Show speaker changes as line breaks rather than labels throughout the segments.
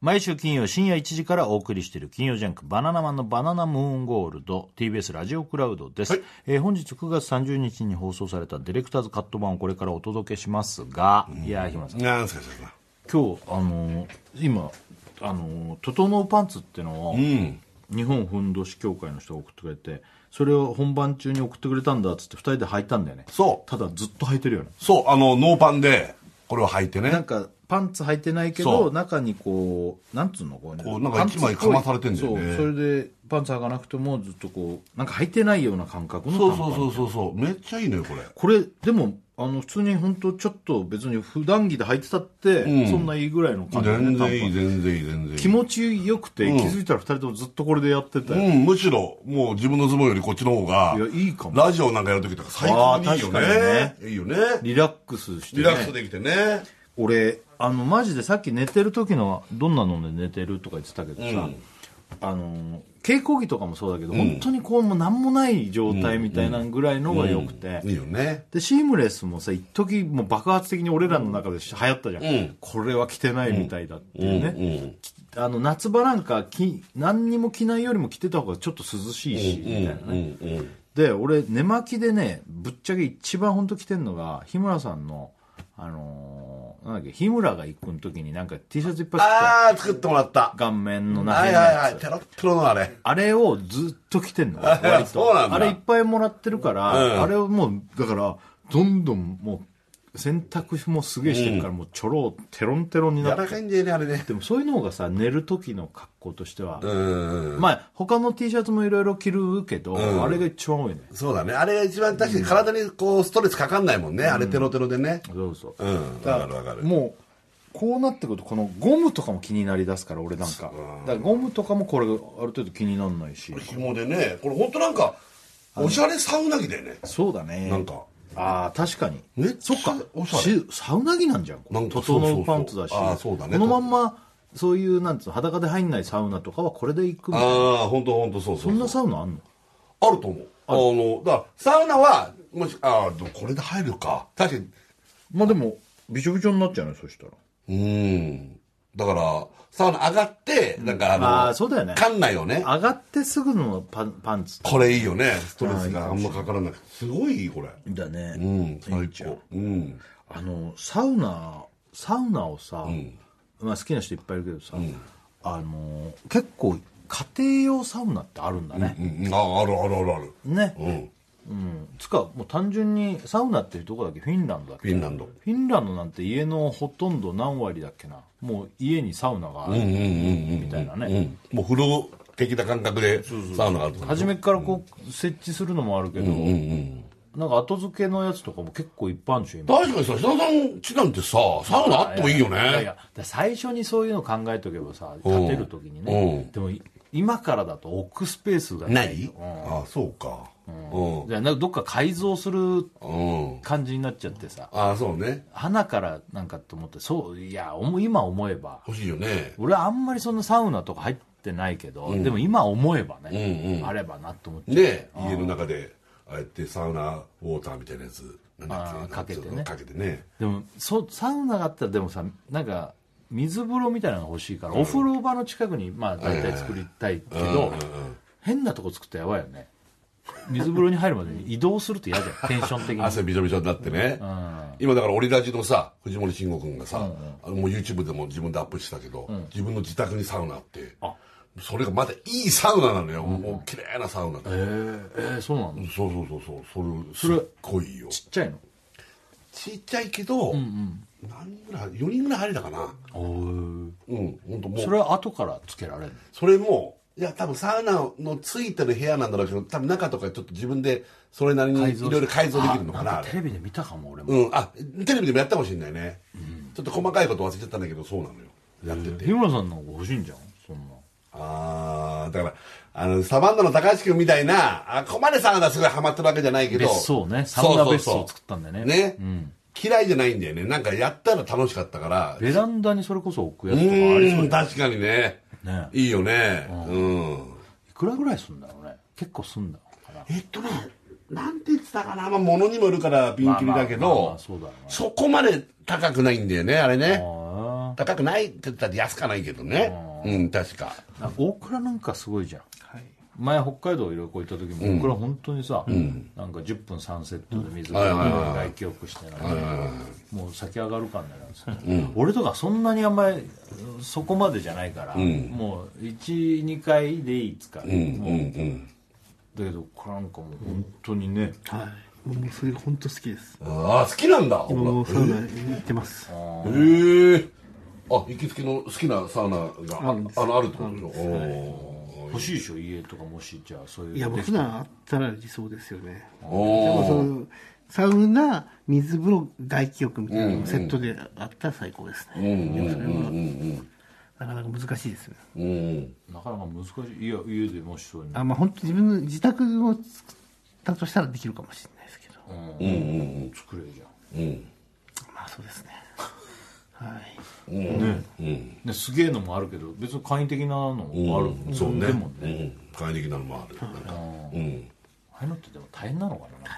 毎週金曜深夜1時からお送りしている金曜ジャンクバナナマンのバナナムーンゴールド TBS ラジオクラウドです、
はい
えー本日9月30日に放送されたディレクターズカット版をこれからお届けしますが、いやー日村さん
なんすか、それは。
今日あのー今あのー「整うパンツ」ってのを、
うん。
日本ふんどし協会の人が送ってくれてそれを本番中に送ってくれたんだっつって2人で履いたんだよね
そう
ただずっと履いてるよね
そう、あの、ノーパンで、これを履いて
なん
ね。
かパンツ履いてないけ
そ
ど
う
中にこうなんつうのこう,、ね、
こうなんか
パンツっぽい
一枚かまされてんだよね
そうそれでパンツ履かなくてもずっとこうなんか履いてないような感覚の
そう
短パ
そ
ン
うそうそうそう。めっちゃいいのよ、これ。
これでもあの普通に本当ちょっと別に普段着で履いてたって、
うん
そんないいぐらいの感じだね
全然
短
い
パ
い、
ン
全然いい、全然いい。
気持ちよくて、
うん
気づいたら2人ともずっとこれでやってて、
うん、むしろ、もう自分のズボンよりこっちの方が
いや、いいかも
ラジオなんかやるときとか最高にいいよ
あー
ね
確。
いいよね。
リラックスして、
リ
ね、
ラックスできてね。
俺あのマジでさっき寝てる時のどんなので寝てるとか言ってたけどさ、
うん
あの稽古着とかもそうだけど、本当にこうもう何もない状態みたいなぐらいのが良くて、
いいよね。
でシームレスもさ一時もう爆発的に俺らの中で流行ったじゃん、
うん
これは着てないみたいだって
う
い
ん
うね、あの夏場なんか着何にも着ないよりも着てた方がちょっと涼しいし、
うん
みたいなね、
うんうんうん
で俺寝巻きでねぶっちゃけ一番本当着てんのが日村さんのあのーなんだっけ日村が行くん時になんか T シャツいっぱい着てた
あー、作ってもらった。
顔面の
は
中
い
に
はいはい。テロッテロのあれ。
あれをずっと着てんの割
そうなん
と
だ
あれいっぱいもらってるから、
うん
あれをもうだからどんどんもう洗濯もすげえしてるから、もうちょろテロンテロンに
柔
なっ
ら
て
かいんだよね、あれね。
でもそういうのがさ寝る時の格好としては、
うん。
まあ他の T シャツもいろいろ着るけど、あれが一番多いね
そうだね。あれが一番確かに体にこう、ストレスかかんないもんね。あれテロテロでね。
そうそう
うん。わかるわかる。
もうこうなってくるとこのゴムとかも気になりだすから俺なんかだからゴムとかもこれある程度気になんないし
紐でね、これ本当なんか、おしゃれサウナ着だよね。
そうだね
なんか
ああ確かに
めっち
そ
ゃ
っか
おしゃれ
しサウナ着なんじゃん
なんかそうそう
整
そう
うパンツだし
あーそうだね
このまんまそういうなんつうの裸で入んないサウナとかはこれで行くみたいな
ああ、本当本当そうそう
そんなサウナあんの
あると思う。あの、だから、サウナは、もし、ああ、でもこれで入るか。確かに。
まあでもびちょびちょになっちゃうねそしたら
うーん。だから、サウナ上がって、なんかあの、
あーそうだよね
館内をね、
上がってすぐのパンパンツ
これいいよね。ストレスがあんまかからなくて。すごいいい、これ。
だね
うん、最高。うん。
あのサウナサウナをさ、まあ、好きな人いっぱいいるけどさ、あの結構家庭用サウナってあるんだね、
うん、あ、あるあるあるある。
ね、
うん。
うん、つかもう単純にサウナっていうとこだっけフィンランドだっ
フ
け
ィンランド。
フィンランドなんて家のほとんど何割だっけなもう家にサウナがある
うんうんうんうん。
みたいなね、
うん。もう風呂的な感覚でサウナがあると思う。
初めからこう設置するのもあるけど、
うんうん。
なんか後付けのやつとかも結構いっぱいあるんでしょ今
確かにさ、久田さんちなんてさ、サウナあってもいいよね。
ややだから最初にそういうの考えとけばさ建てる時に
う
ね
ん
でもい今からだと置くスペースが
ない、
よ
ああそうか
うんじゃあなんかどっか改造する
うん、うん、
感じになっちゃってさ
ああそうね
花からなんかと思ってそういや思う今思えば
欲しいよね
俺はあんまりそんなサウナとか入ってないけど、でも今思えばね、
うんうん
あればなと思って、
ね家の中でああやってサウナウォーターみたいなやつなんだっけ
ああ
なん
かけてね
そうかけてね
でもそサウナがあったらでもさなんか水風呂みたいなのが欲しいから、お風呂場の近くにまあ大体作りたいけど、変なとこ作ったらやばいよね水風呂に入るまでに移動すると嫌じ ゃんテンション的に
汗びしょびしょになってね、今だからオリラジのさ藤森慎吾君がさ、あのもう YouTube でも自分でアップしてたけど、自分の自宅にサウナあって
あ
それがまたいいサウナなのよ、もう綺麗なサウナで、
えー、えー、そうなのちっ
そうそうそうそうそ
そ
れ
れ
すっごいいいよ
ちゃいの
ちっちゃいけど、何人ぐらい4人ぐらい入れたかなうん本当もう
それは後からつけられる
それもいや多分サウナのついてる部屋なんだろうけど多分中とかちょっと自分でそれなりに
改
い
造
ろいろ改造できるのかな
な
あ
んか
れ
テレビで見たかも俺も、
うんあテレビでもやったかもしれないね、ちょっと細かいこと忘れちゃったんだけどそうなのよやってて、
日村さんの方が欲しいんじゃんそんな
ああだからあのサバンナの高橋君みたいなあここまでサウナすごいハマってるわけじゃないけど
別荘ねサ
そうそ
ウ
う
ナ
そう
別荘を作ったんだよね
ね、嫌いじゃないんだよねなんかやったら楽しかったから
ベランダにそれこそ置くやつ
う
とかありそう
ーん
じゃん
確かにね
ね
いいよねうん、
いくらぐらいすんだろうね結構すんだろうかな
えっとねなんて言ってたかなまあ物にもよるからピンキリだけ
まあまあまあま
ど
あそうだろうな
そこまで高くないんだよねあれね
あ
高くないって言ったら安かないけどねうん確か
なんか大倉なんかすごいじゃん前北海道旅行行った時も僕ら本当にさ、なんか10分3セットで水風呂に外気浴してなんかもう先上がるかになるんですよ、俺とかそんなにあんまりそこまでじゃないから、もう12回でいいっつから、
うんう
もう
う
ん
ん
だけどこれなんかもう本当にね、
はいもうそれ本当好きです
ああ好きなんだ
今もう
ほ
サウナ行ってます
らへえあ行きつけの好きなサウナが
あるんです
あのあるってことでしょおー
欲しいでしょ家とかもしじゃあそういう
い
い
や僕らあったら理想ですよねでもそ
おー
のサウナ水風呂外気浴みたいなのもセットであったら最高ですね、それはなかなか難しいですよね
うん
なかなか難しいいや家でもしそうに
あまあ本当自分の自宅を作ったとしたらできるかもしれないですけど、
作れるじゃん
まあそうですねはい
ね、すげえのもあるけど別に簡易的なの
うん
もある、
そうね
でもね、
うん簡易的なのもあるなんかうん
ああいうのってでも大変なのかななんか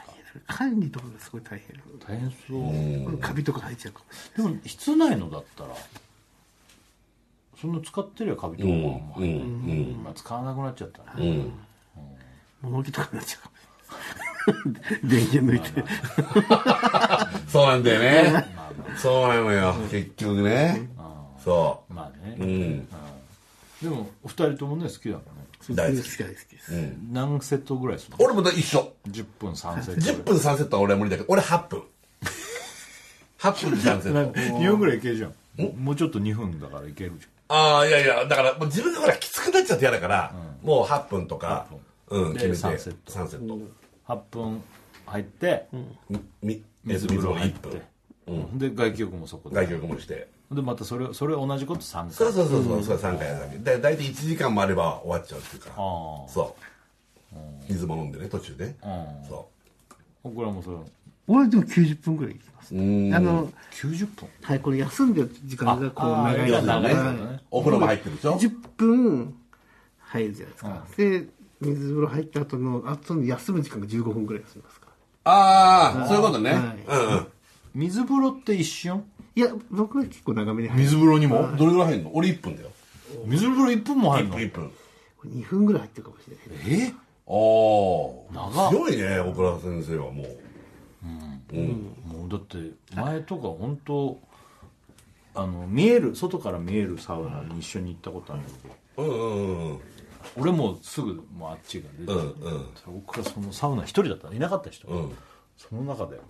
管理とかがすごい大変、
大変そう、
カビとか生えちゃうかもし
でも室内のだったらそんな使ってりゃカビとかも、
うんうん
まあ、使わなくなっちゃったら
う
ね、
ん
れない物置とかになっちゃうかもしれない電源抜いて
そうなんだよねそうなのよ結局ねそ
まあね、
ううん
でもお二人ともね好きだもんね
大好き
好き大好きです、
何セットぐらいするの
俺もだ一緒
10分3セッ
10
ト
分3セットは俺は無理だけど俺8分8分3セ
な
ッ
ん
ト
か2分ぐ らいいけるじゃんもうちょっと2分だからいけるじ
ああいやいやだからもう自分がほらきつくなっちゃって嫌だから、もう8分とかうん
で
決めて
三セット
三セット
ゃん8分入って、
みみ
水
水
風
風
呂
呂
入っ
1
て
分、
で外気浴もそこで
外気浴もして
でまたそれそれ同じこと3回
そうそうそうそう、それ3回やるだけだ大体1時間もあれば終わっちゃうっていうか
あ
そう水も飲んでね途中で、
ん
そ
僕らもそれ
俺でも90分ぐらい行きます、
ううん
あの
90分
はいこれ休んでる時間がこう
ああ
長い
いや長い
は
ですよね
お風呂も入ってるでしょ
10分入るじゃないですか、で水風呂入った後のあとの休む時間が15分ぐらい休みますから
ああそういうことね、
はい
うんうん
水風呂って一瞬
いや僕は結構長めに入る
水風呂にも
どれぐらい入るの俺1分だよ
水風呂1分も入る
1
の
分1分
2分ぐらい入ってるかもしれない
え
お
長
あ強いね小倉先生はもう
もうだって前とか本当あの見える外から見えるサウナに一緒に行ったことあるんだけど
うんうんうん
俺もすぐもうあっちが出て
うん
きて
うん
僕がそのサウナ一人だったのいなかった人、
うん
その中で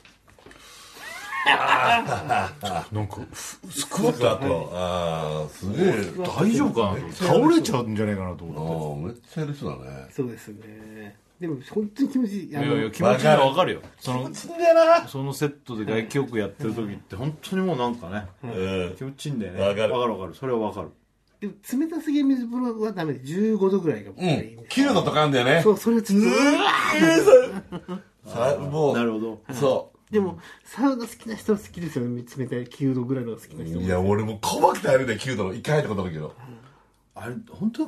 なんか
スクワットあとああすげえ
大丈夫かなと思って倒れちゃうんじゃないかなと
あ
思っ
ーめっちゃいる人だね
そうですねでも本当に気持ちいい
て
あ
い
の
やいや気持ちが分かるよその
つんだよな
そのセットで外気浴やってる時って本当にもうなんかね
うん
気持ちいいんだよね
わかる
分かる分かるそれは分かる
でも冷たすぎる水風呂はダメで15度ぐらいが僕
う
はいいん
ん
です、
切るのとかあんだよね
そうそれはちょっと
さもう
なるほど
そ
でもサウナ好きな人は好きですよね冷たい9度ぐらいのが好きな
う
人も
いや俺もう細くてあるね9度の一回入ったことあるけど
あれ本当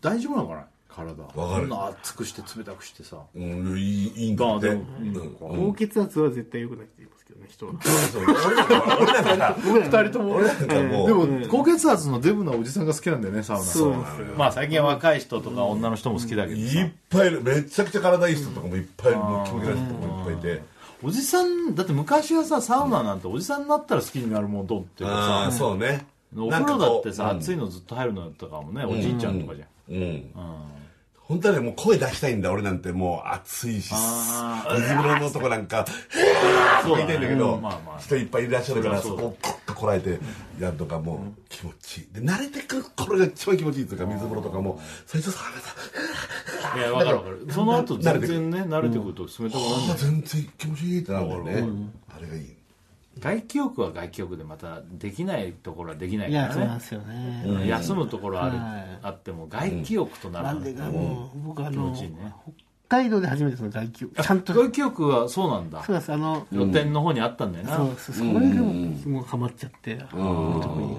大丈夫なのかな体
わかる
こんな熱くして冷たくしてさ
うんいいいいんだ
まあ
って
で
う
もいいの
ん
か
高血圧は絶対良くないって言いますけどね人は
そう俺なんか俺なんか
僕ら
二人とも
俺なんかも
で
う
も高血圧のデブなおじさんが好きなんだよねサウナ
そうなんですよ
まあ最近は若い人とか女の人も好きだけどさ
いっぱいいるめちゃくちゃ体いい人とかもいっぱいいるもう気持ち悪い人とかもいっぱいいて
おじさんだって昔はさサウナなんておじさんになったら好きになるもんどっていう
ああ
か
ー
さ
そうね
お風呂だってさ
なんかこ
暑いのずっと入るのとかもねおじいちゃんとかじゃ
うう
ん
ん本当はねもう声出したいんだ俺なんてもう暑いし
あ
水風呂のとこなんか
そう
言いたいんだけど、
うんまあまあ
人いっぱいいらっしゃるから
そ
そ
りゃそう
こ
だ
をパッとこらえてやるとかもう気持ちいいで慣れてくこれが一番気持ちいいっていうか水風呂とかもそれとさ
いや分かる分かるその後全然ね慣れてくると冷たくなるんだ
あ
よ
全然気持ちいいってなるんだよねあれがいい
外気浴は外気浴でまたできないところはできない
い
か
や
ら
そうなん
ね
ですよね、
休むところある
はい
あっても外気浴とな
な
る
んで
の
かもう僕あの
気持ちいいね
北海道で初めてその外気浴ちゃんとそう
外気浴はそうなんだ
ですあの
露店の方にあったんだよな
そうそうそれがもうもうハマっちゃって特に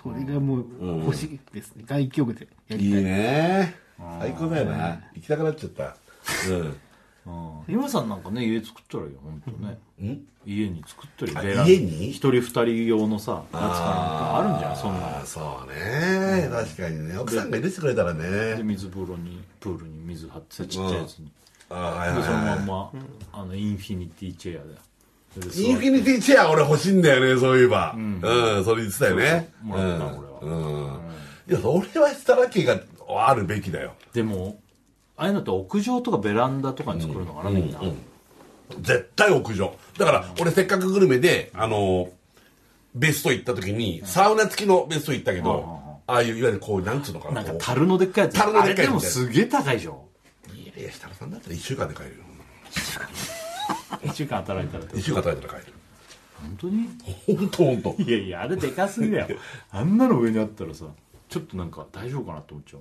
それがもう欲しいですね外気浴でやりたい
いいね最高だよな行きたくなっちゃったうん
うん日村さんなんかね家作ったらいいよ本当ね家に作ったり
あ
ベラン
家に
一人二人用のさやつかなんかあるんじゃんそんな
ああそうね確かにね奥さんが許してくれたら
で
ね
水風呂にプールに水張ってちっちゃいやつに、
ああはいはい
でそのま
は
んま、あのインフィニティチェアでそれで座っ
い
て
インフィニティチェア俺欲しいんだよねそういえばうんそれ言ってたよね
そうもらったこ
う
れ
んうんいやそれは設楽家があるべきだよ
でもああいうのって屋上とかベランダとかに作るのかな、みんな、
絶対屋上だから俺せっかくグルメであのベスト行った時にサウナ付きのベスト行ったけどああいういわゆるこうなんつうのか
な
なん
か
こう
樽のでっかいやつ
樽のでっかいや
あ
つ
れでもすげえ高いでしょ
いやいや設楽さんだったら1週間で帰るよ
1週間働いたら
1週間働いたら帰る
本当に
本当本当
いやいやあれでかすぎだよあんなの上にあったらさちょっとなんか大丈夫かなって思っちゃう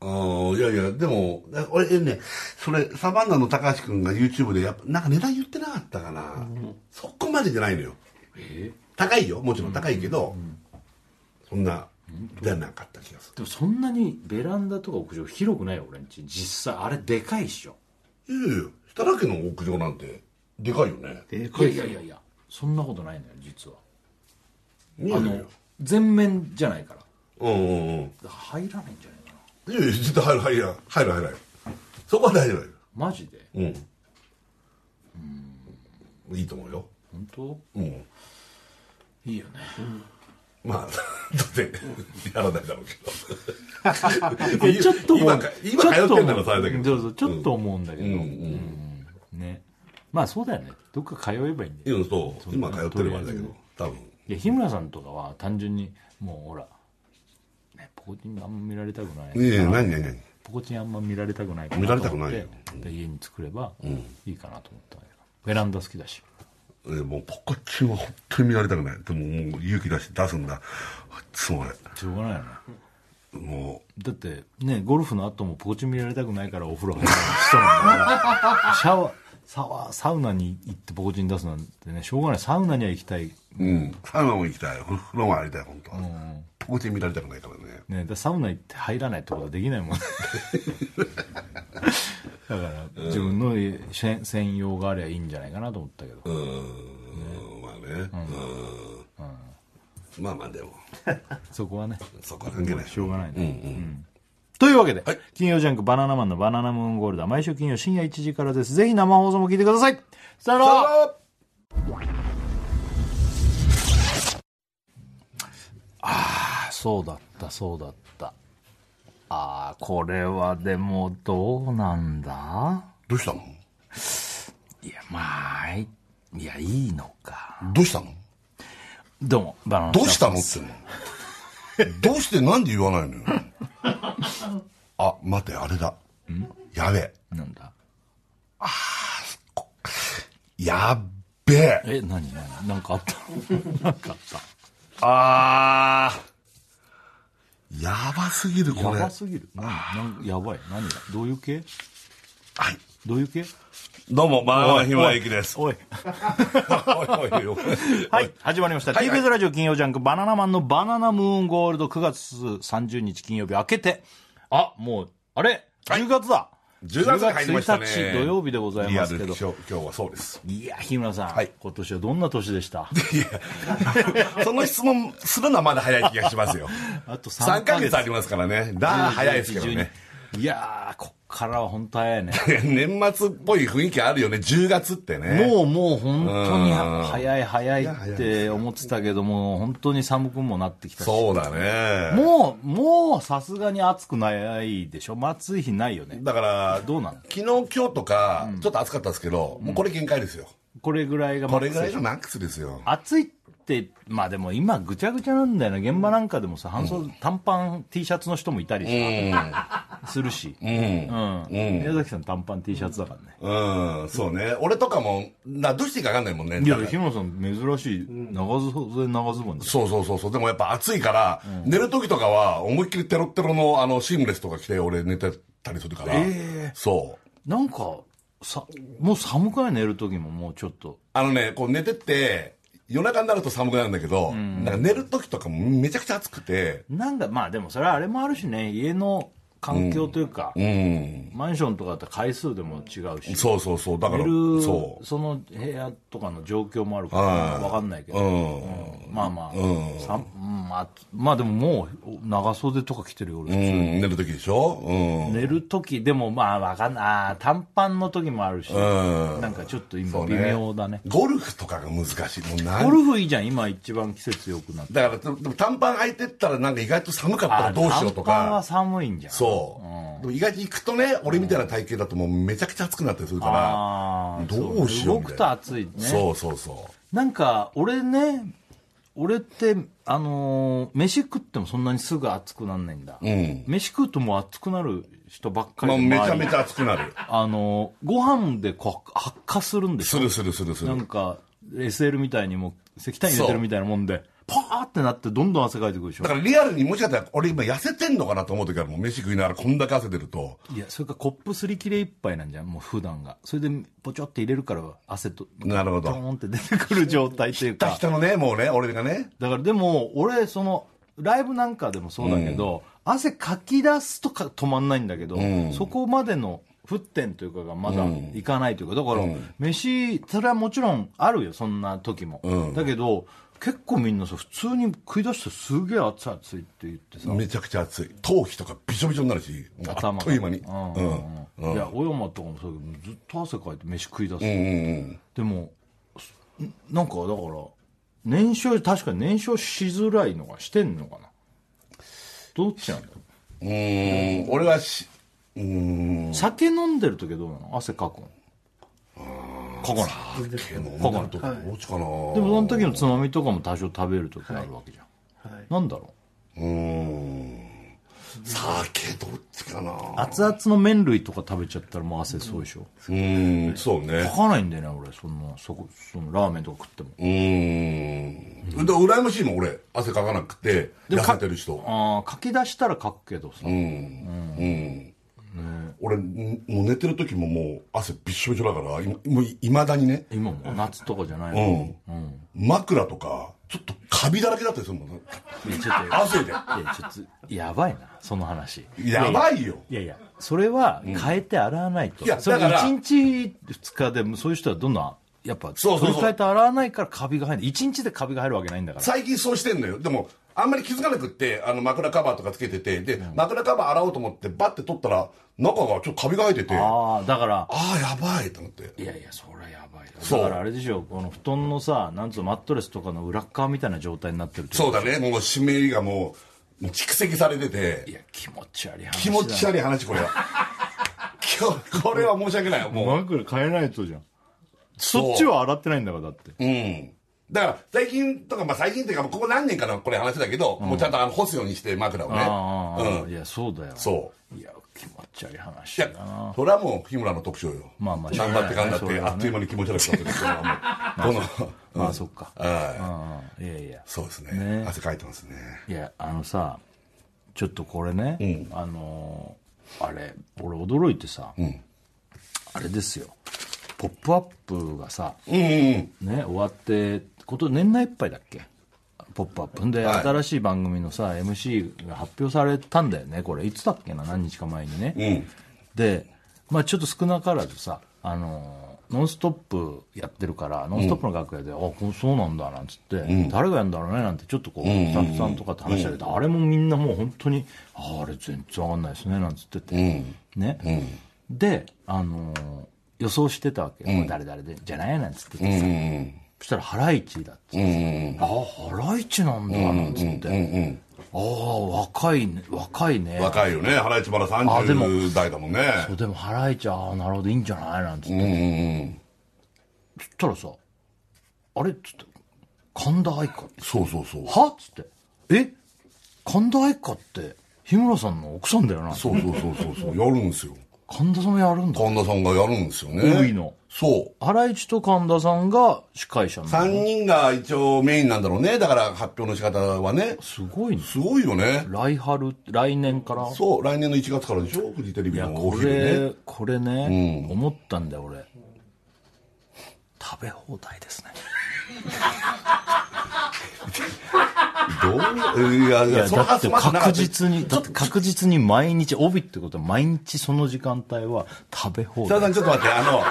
ああいやいやでもな俺えねそれサバンナの高橋君が YouTube でやっぱなんか値段言ってなかったかな、そこまでじゃないのよ
え
高いよもちろん高いけど、そんなじゃなかった気がす
でもそんなにベランダとか屋上広くないよ俺んち実際あれでかいっしょ
るいやいや設楽家の屋上なんてでかいよね
で
いやいやいやいやそんなことないんだよ実は
あ
あの全面じゃないから
うんうんうん
入らないんじゃないかない
やいや絶対入る入る入る入る入るそこは大丈夫だよ
マジで
うん、いいと思うよ
本当
うん
いいよね
まあだってやらないだろうけ ど
ちょっと思う
今か今通ってんならされだけ
ちょ
ど
っと思うそうそうちょっと思うんだけど、
うんう
うんねまあそうだよねどっか通えばいいんだよ
うんそう今通ってるからだけど多分
いや日村さんとかは単純にもうほら、ね、ポコチンあんま見られたくない、
いやいや何何何
ポコチンあんま見られたくないか
見られた
と
く
思
ない
って
よ
で家に作ればいいかなと思ったんだけどベランダ好きだし
えーもうポコチンは本当に見られたくないでももう勇気出して出すんだあいつもあれ
しょうがないよね
も
だってねゴルフの後もポコチン見られたくないからお風呂入る人なんだから シャワーサワーサウナに行ってポコチン出すなんてねしょうがないサウナには行きたい、
ううんサウナも行きたい風呂もありたい本当は、ポコチン見られたくないからね
ね、だからサウナ行って入らないってことはできないもんね だから自分の家専専用があればいいんじゃないかなと思ったけど、
うーんまあねうんまあまあでも
そこはね
そこは関係ない
しょうがないね、うんというわけで、金曜ジャンクバナナマンのバナナムーンゴールドは毎週金曜深夜1時からですぜひ生放送も聞いてくださいさよならそうだったそうだったああこれはでもどうなんだ
どうしたの
いやまあいいやいいのか
どうしたの
どうもバナナ
どうしたのってのどうしてなんで言わないのよあ待てあれだやべえ
なんだ
やっべえ
え何何なんかあったなんかあった
あーやばすぎるこれ
や
は
ばすぎる何なんやばい何がどういう系
い
どういう系
どうもバナナひまゆきです
おい
おいおいおい
はい、始まりました。
はいはい
TBS ラジオ金曜ジャンク、バナナマンのバナナムーンゴールド、9月30日金曜日明けて、あ、もう、あれ ?10 月だ、
10月に入りましたね
10月1日土曜日でござい
リア
ます
ル
け
今
ど
日。今日はそうです
いや、日村さん、
はい
今年はどんな年でした
その質問するのはまだ早い気がし ますよ。
あと3
3
ヶ
ヶ
月。
月ありますからね。だー早いですけどね。
12。いやー、こっからは本当早いね。
年末っぽい雰囲気あるよね。10月ってね。
もうもう本当に早い早い
や早い
っ
で
て思ってたけども、本当に寒くもなってきたし。
そうだね。
もう、もうさすがに暑くないでしょ。暑い日ないよね。
だから、
どうなの
昨日今日とか、ちょっと暑かったですけど、もうこれ限界ですよ。
これぐらいがマ
こ
ック
れ
ス
ぐらいのマックスですよ。
暑いってまあでも今ぐちゃぐちゃなんだよな現場なんかでもさ半袖、短パン T シャツの人もいたりさ、するし、うん宮崎さん短パン T シャツだからね、
うん、そうね。俺とかも、などうしていいか分かんないもんね。
い
だ
や
から
日村さん珍しい長袖長ズボンで
そうそうそうそう。でもやっぱ暑いから、寝る時とかは思いっきりテロッテロのあのシームレスとか着て俺寝てたりするから。そう。
なんかさもう寒くない寝る時ももうちょっと
あのね、こう寝てて、夜中になると寒くなるんだけど、なんか寝る時とかもめちゃくちゃ暑くて、
なんかまあでもそれはあれもあるしね家の環境というか、
うん
マンションとかだったら回数でも違うし
そうそうそうだから
寝る
そ
その部屋とかの状況もあるから
はい
わかんないけ
うう
ど、
ん
まあまあ、さんうんまあ、まあでももう長袖とか着てるよ俺、
うん寝る時でしょうん
寝る時でもまあわかんないあー短パンの時もあるし、
うん
なんかちょっと
そ
今
う
微
ね
妙だね
ゴルフとかが難しいもう何
ゴルフいいじゃん今一番季節良くなって
だからでもでも短パン履いてったらなんか意外と寒かったらどうしようと
あー短パンは
か
寒いんじゃん
そう、でも意外と行くとね俺みたいな体型だともうめちゃくちゃ暑くなったりするか
あー
どうしよう
そ動くと暑いね
らそうそうそ
なんか俺ね俺ってあのー飯食ってもそんなにすぐ熱くなんないんだ、
ううん
飯食うともう熱くなる人ばっかり
まあ
で、
めちゃ
周り
めちゃ暑くなる
あのーご飯でこう発火するんですす
るするするす
な
る
んか SL みたいにもう石炭入れてるみたいなもんでパーってなってどんどん汗かいてくるでしょ
だからリアルにもしかしたら俺今痩せてんのかなと思う時あるもん飯食いながらこんだけ汗出ると
いやそれかコップすり切れ一杯なんじゃんもう普段がそれでポチョって入れるから汗と
なるほ
ドー
ど
ンって出てくる状態という
下
か
下のねもうね俺がね
だからでも俺そのライブなんかでもそうだけど、汗かき出すとか止まんないんだけど、そこまでの沸点というかがまだいかないというかだから飯それはもちろんあるよそんな時も、だけど結構みんなさ普通に食い出してすげえ熱い熱いって言ってさ
めちゃくちゃ暑い頭皮とかびしょびしょになるしもうあっ
頭が
という間に
うん
う
うんんうんいや小山とかもそうだけどずっと汗かいて飯食い出す、
うんうん
でもすなんかだから燃焼確かに燃焼しづらいのがしてんのかなどっちなんだろう
うーん俺はしうーん
酒飲んでる時はどうなの汗かくのかかない
毛の女のとこどっちかな
でもその時のつまみとかも多少食べる時があるわけじゃん、
はい
なんだろ
うーん酒どっちかな
う熱々の麺類とか食べちゃったらもう汗そうでしょ
うーんそうね
かかないんだよね俺そんなそこそのラーメンとか食っても
うーんで羨ましいもん俺汗かかなくて
でも
痩せてる人
ああ書き出したら書くけどさ、
俺んもう寝てる時ももう汗びっしょびしょだからいもういまだにね
今も夏とかじゃないうの、
ん、枕とかちょっとカビだらけだったりするもんね
いやちょっと
汗で
いやちょっとやばいなその話
やばいよ
いやいやそれは変えて洗わないと、
いや
それ
だから
1日2日でもそういう人はどんどんやっぱ
そうそうそう
取り替えて洗わないからカビが入る1日でカビが入るわけないんだから
最近そうしてんのよでもあんまり気づかなくってあの枕カバーとかつけててで、枕カバー洗おうと思ってバッて取ったら中がちょっとカビが生えててあ
ああだから
あーやばいと思って
いやいやそれやばいよ
そう
だからあれでしょこの布団のさなんつうのマットレスとかの裏っ側みたいな状態になってると
そうだねもう湿りがもう蓄積されてて
いや気持ち悪い話だ
気持ち悪い話こ れは今日これは申し訳ないもう
枕変えないとじゃん
そう
そっちは洗ってないんだからだって
うん。だから、最近とか、まあ最近っていうか、もうここ何年かのこれ話だけど、もうちゃんとあの干すようにして枕を
ああ、
ね。うん。
いやそうだよ
そう。
いや気持ち悪い話
いや
だな、
それはもう、日村の特徴よ。
まあまあ
なんだってかんだっ
しょうが
て、
ないね
あっという間に気持ち悪くなってるそれはもうこの、
まあそっか
は
うんいやいや
い。そうですね
ね。
汗かいてますね。
いやあのさちょっとこれね、あのーあれ俺驚いてさ、あれですよ「ポップアップがさ、ね、終わってこと年内いっぱいだっけ「ポップアップで、
はい
新しい番組のさ MC が発表されたんだよねこれいつだっけな何日か前にね、で、まあ、ちょっと少なからずさ「あのーノンストップ!」やってるから「ノンストップ!」の楽屋で「あこうそうなんだ」なんつって、誰がやるんだろうね」なんてちょっとこう、スタッフさんとかと話し合って、あれもみんなもう本当に「ああれ全然わかんないですね」なんつってて、ね、で、あのー予想してたわけよ、誰々でじゃないなんつっててさ、そしたら「ハライチ」だっつって、ああハライチなんだなんつって、ああ若いね若いね
若いよね。原市まだ
あでも
30代だもんね。
そうでも払えちゃあーなるほどいいんじゃないなんつって、そしたらさあれっつって神田愛花
そうそうそう。
はっつってえ神田愛花って日村さんの奥さんだよな
そうそうそうそうそう。やるんですよ。
神田さんもやるんだ
神田さんがやるんですよね。
多いの
そう。
原市と神田さんが司会者なの
3人が一応メインなんだろうねだから発表の仕方はね
すごいね
すごいよね
来春来年から
そう来年の1月からでしょフジテレビ
いや
のお
こ
昼
れ、
ね
これね、思ったんだよ俺食べ放題ですね
どういういやい
い
や
や
その
だっ
発
て
想まずなか
確
った
実にだって確実に毎日帯ってことは毎日その時間帯は食べ放
北田さ
題
んちょっと待ってあ の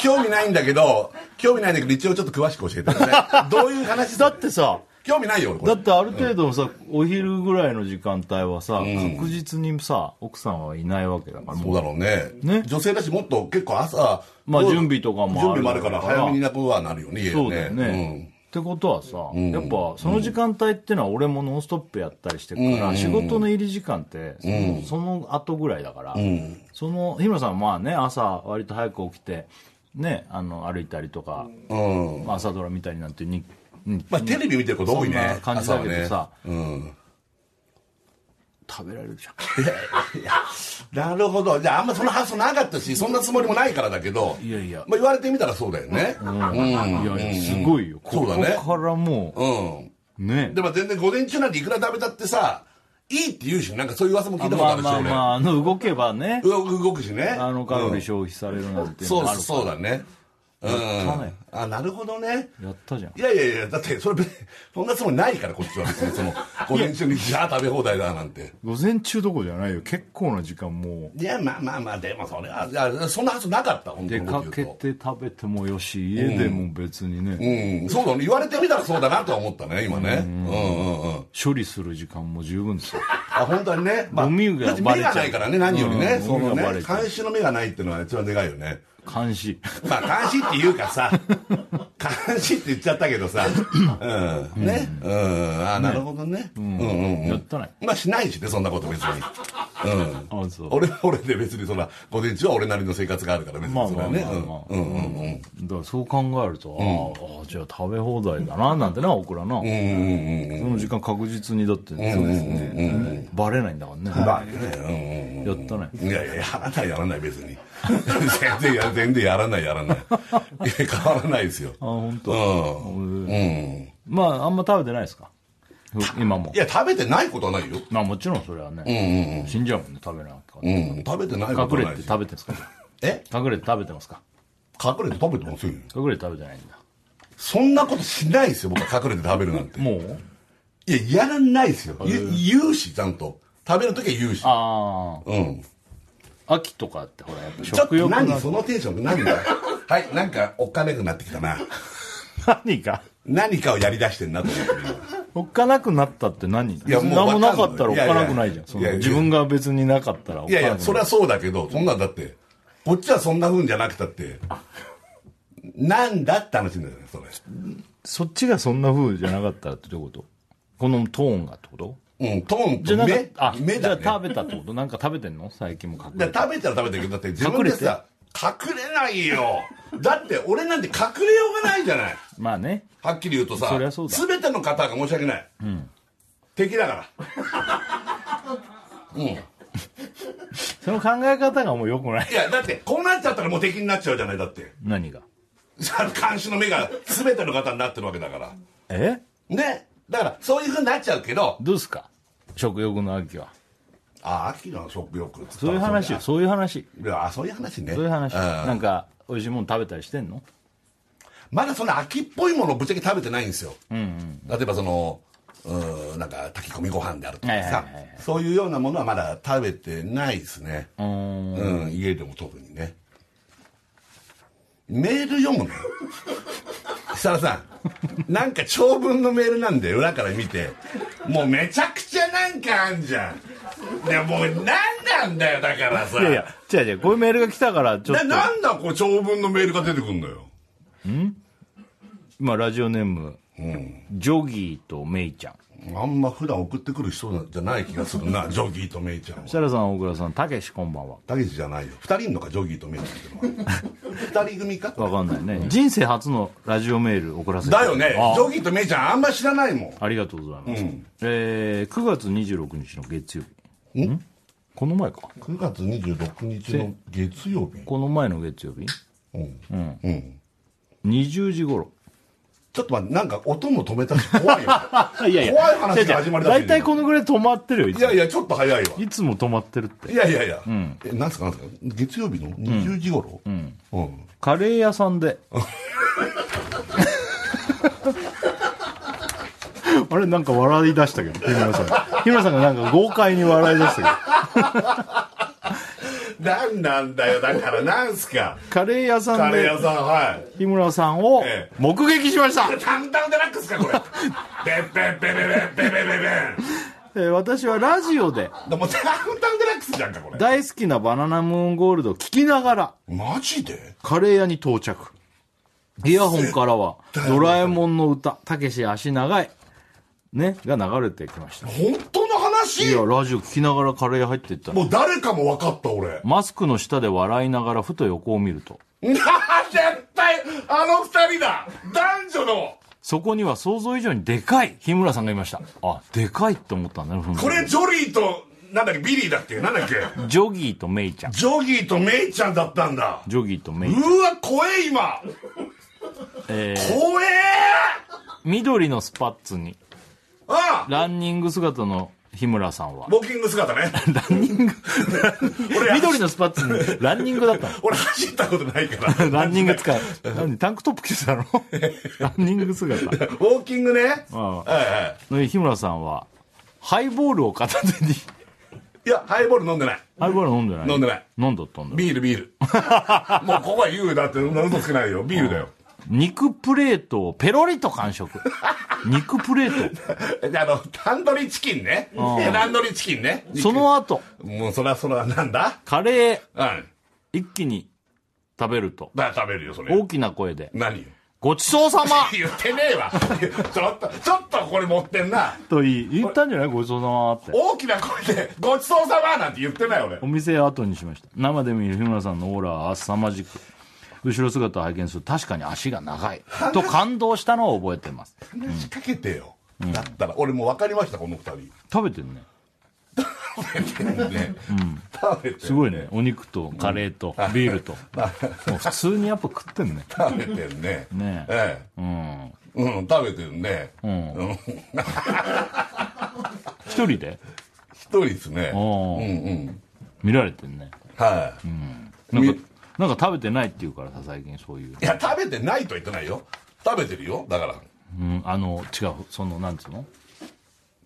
興味ないんだけど興味ないんだけど一応ちょっと詳しく教えてくださいどういう話
だってさ
興味ないよ俺こ
だ
れ
ってある程度のさ、お昼ぐらいの時間帯はさ、確実にさ奥さんはいないわけだから
そうだろうね
ね
女性だしもっと結構朝
まあ
どう
準備とかもある
準備もあるから早めになくはなるよね家
そうだよねってことはさ、やっぱその時間帯ってのは俺も「ノンストップ!」やったりしてるから、仕事の入り時間ってその,、後ぐらいだから、その日村さんはまあね朝割と早く起きてねあの歩いたりとか、
うん、うん
まあ朝ドラ見たりなんてに、に
まあテレビ見てること多い
そん
ね
な感じだけど
朝は
さ
ねうん
食べられるじゃん
なるほどじゃああんまその発想なかったしそんなつもりもないからだけど
いやいや
まあ、言われてみたらそうだよね
いやいやすごいよ、
そうだ
こ
ね
こからも
うん、
うね
でも全然午前中なんていくら食べたってさいいって言うしなんかそういう噂も聞いたこと
ま
あ
あ
るし
まあまああの動けばね
俺動く動くしね
あのカロリー
ょ、
消費されるなんて
うん
いう
そう
のがあるから、
そうだねうん
ったね
あなるほどね
やったじゃん
いやいやいやだってそれそんなつもりないからこっちは別にその午前中にじゃあ食べ放題だなんて
午前中どころじゃないよ結構な時間も
いやまあまあまあでもそれはいやそんなはずなかった本
う
当
出
に
かけて食べてもよし家でも別にね、
うんそうだね言われてみたらそうだなとは思ったね今ねうんうんうん
処理する時間も十分ですよ
あ本当にね、まあ、
ゴミが
だって
バ
目
レち
が
ゃう
ないからね何よりね、
うん
その
ゴミがバ
ね
レちゃう
監視の目がないっていうのは一番でかいよね
監視
まあ監視っていうかさ監視って言っちゃったけどさうんねうんあなるほどねうんうんう
やっ
ん
たない
まあしないしねそんなこと別にうん
あそう
俺は俺で別にそんな午前中は俺なりの生活があるから別
まあ
にそれ
まあ
は
ま
ね
あまあ、
うんうんうんうん
だからそう考えると、あーあーじゃあ食べ放題だななんてなオクラな、
うんうんうん
その時間確実にだって、バレないんだからね、
まあねうんうんうん
やったね
いやいや、やらない、やらない、別に。全然や、全然やらない、やらない。いや、変わらないですよ。
あ本当。
うん。うん。
まああんま食べてないですかふ今も
いや、食べてないことはないよ。
まあもちろんそれはね、死んじゃうもんね食べなきゃ、
うん。食べてないこと
隠
は
れ
ない
て
し。
食べてますか
え
隠れて食べてますか
隠れて食べてませんよ。
隠れて食べてないんだ
そんなことしないですよ、僕は隠れて食べるなんて。
もう
いや、やらないですよ。ゆ言うし、ちゃんと。食べるときは言うし。
あ
うん。
あ秋とかってほらやっぱ
ちょっ
食
と
欲
何
が
そのテンション何だはい、なんかおっかねくなってきたな。
何か
何かをやり出してんなと思って今。
おっかなくなったって何い
やもう
何もなかったら
わか
おっ
んない
かなくないじゃんそ
いや
の
いや
自分が別になかったらおっ
い
か
や
ないくな
や、
い
それはそうだけど、そんなんだって、こっちはそんな風じゃなくたって、なんだって話になるよね、それ。
そっちがそんな風じゃなかったらってどういうことこのトーンがってこと
うん、トーン
じゃ
と
あなんか
目
あ、
目
じゃ
だ
あ
ね。
食べたってことなんか食べてんの最近も隠れ
だ
て
から食べたら食べたけど、だって自分でさ、隠れないよ。だって俺なんて隠れようがないじゃない。
まあね
はっきり言うとさ
そりゃそう、だ
すべての方が申し訳ない。敵だから。
その考え方がもう良くない
いや、だってこうなっちゃったらもう敵になっちゃうじゃない、だって。
何が
監視の目がすべての方になってるわけだから。
え
ね。だからそういう風になっちゃうけど、
どうですか食欲の秋は
あ、秋の食欲っつったら
そういう話よそういう話
いやあそういう話ね
そういう話
ん
なんか美味しいもの食べたりしてんの
まだその秋っぽいものをぶっちゃけ食べてないんですよ、例えばそのうーんなんか炊き込みご飯であるとかさ、
はいはいはいはい
そういうようなものはまだ食べてないですね
うーん
うん、家でも特にねメール 読むのよ設楽さんなんか長文のメールなんで裏から見てもうめちゃくちゃなんかあんじゃんいやもう何なんだよだからさ
いやいや違う違うこういうメールが来たからちょっ
な
と
なんだこう長文のメールが出てくんのよ
今ラジオネーム、ジョギーとメイちゃん
あんま普段送ってくる人じゃない気がする なジョギーとメイちゃんは
設楽さん大倉さんたけしこんばんは
たけしじゃないよ2人いんのかジョギーとメイちゃんっての は2人組か
わかんないね、人生初のラジオメール送らせて
だよね
あ
ジョギーとメイちゃんあんま知らないもん
ありがとうございます、えー9月26日の月曜日
ん
この前か
9月26日の月曜日
この前の月曜日
うん、
20時頃
ちょっと待ってなんか音も止めたし怖いよ
いやいや
怖い話が始まりだ
大体このぐらい止まってるよ いつ
い
も
やいやちょっと早いわ
いつも止まってるって
いやいやいや、えなんすかなんすか月曜日の20時頃うん、
カレー屋さんで あれなんか笑い出したけど、日村さん。日村さんがなんか豪快に笑い出したけど。
何なんだよだからなんすか
カレー屋さ
カ
ん
レー
で
屋さんはい
日村さんを
ええ
目撃しました、
タンタンデラックスか これベンベンベンベンベンベンベンベンベ
えー私はラジオで
ンでもタンタンデラックスじゃんかこれ
大好きなバナナムーンゴールドを聞きながら
マジで
カレー屋に到着イヤホンからは「ドラえもんの歌たけし足長い」ねが流れてきました
本当の
い
話
やラジオ聞きながらカレー屋入っていったら
もう誰かも分かった俺
マスクの下で笑いながらふと横を見ると
なあ 絶対あの二人だ男女の
そこには想像以上にでかい日村さんがいましたあでかいって思ったんだね
これジョリーとなんだっけビリーだっけなんだっけ
ジョギーとメイちゃん
ジョギーとメイちゃんだったんだ
ジョギーとメイ
うわ怖え今
えー
怖え
緑のスパッツに
あ
ランニング姿の日村さんは
ウォーキング姿ね
ランニング
俺
緑のスパッツにランニングだ ったの
俺走ったことないから
ランニング使う。何タンクトップ着て たのランニング姿。
ウォーキングね
あ
はいは
で日村さんは、ハイボールを片手に、
いいやハイボール飲んでない
ハイボール飲んでない
飲んでない。
飲んだったんだろう
ビールビー ルもうここは言うだって嘘つけないよビールだよ
肉プレートをペロリと完 食。肉プレー
であのタンドリーチキンねタンドリーチキンね
ト。その後、
もうそらそらなんだ
カレー
うん
一気に食べると、
だ食べるよそれ
大きな声で、
何よ
ごちそうさま
言ってねえわちょっとちょっとこれ持ってんな
と言い言ったんじゃないごちそうさまって。
大きな声で「ごちそうさま」なんて言ってない俺
お店を後にしました生で見る日村さんのオーラは凄まじく後ろ姿を拝見すると確かに足が長 いと感動したのを覚えてます
話しかけてよ、だったら俺もう分かりましたこの二人
食べてるね
食べてるね食べて
す
る
ごいねお肉とカレー とビールと、もう普通にやっぱ食ってんね
食べてるね
ねえ
え
うん
えうん食べてるね
うん一人で
一人ですね
おー
うんうん
見られてんね
はい、
なんかなんか食べてないって言うからさ最近そういう
い、や食べてないとは言ってないよ食べてるよだから
うん、あの違うそのなんつうの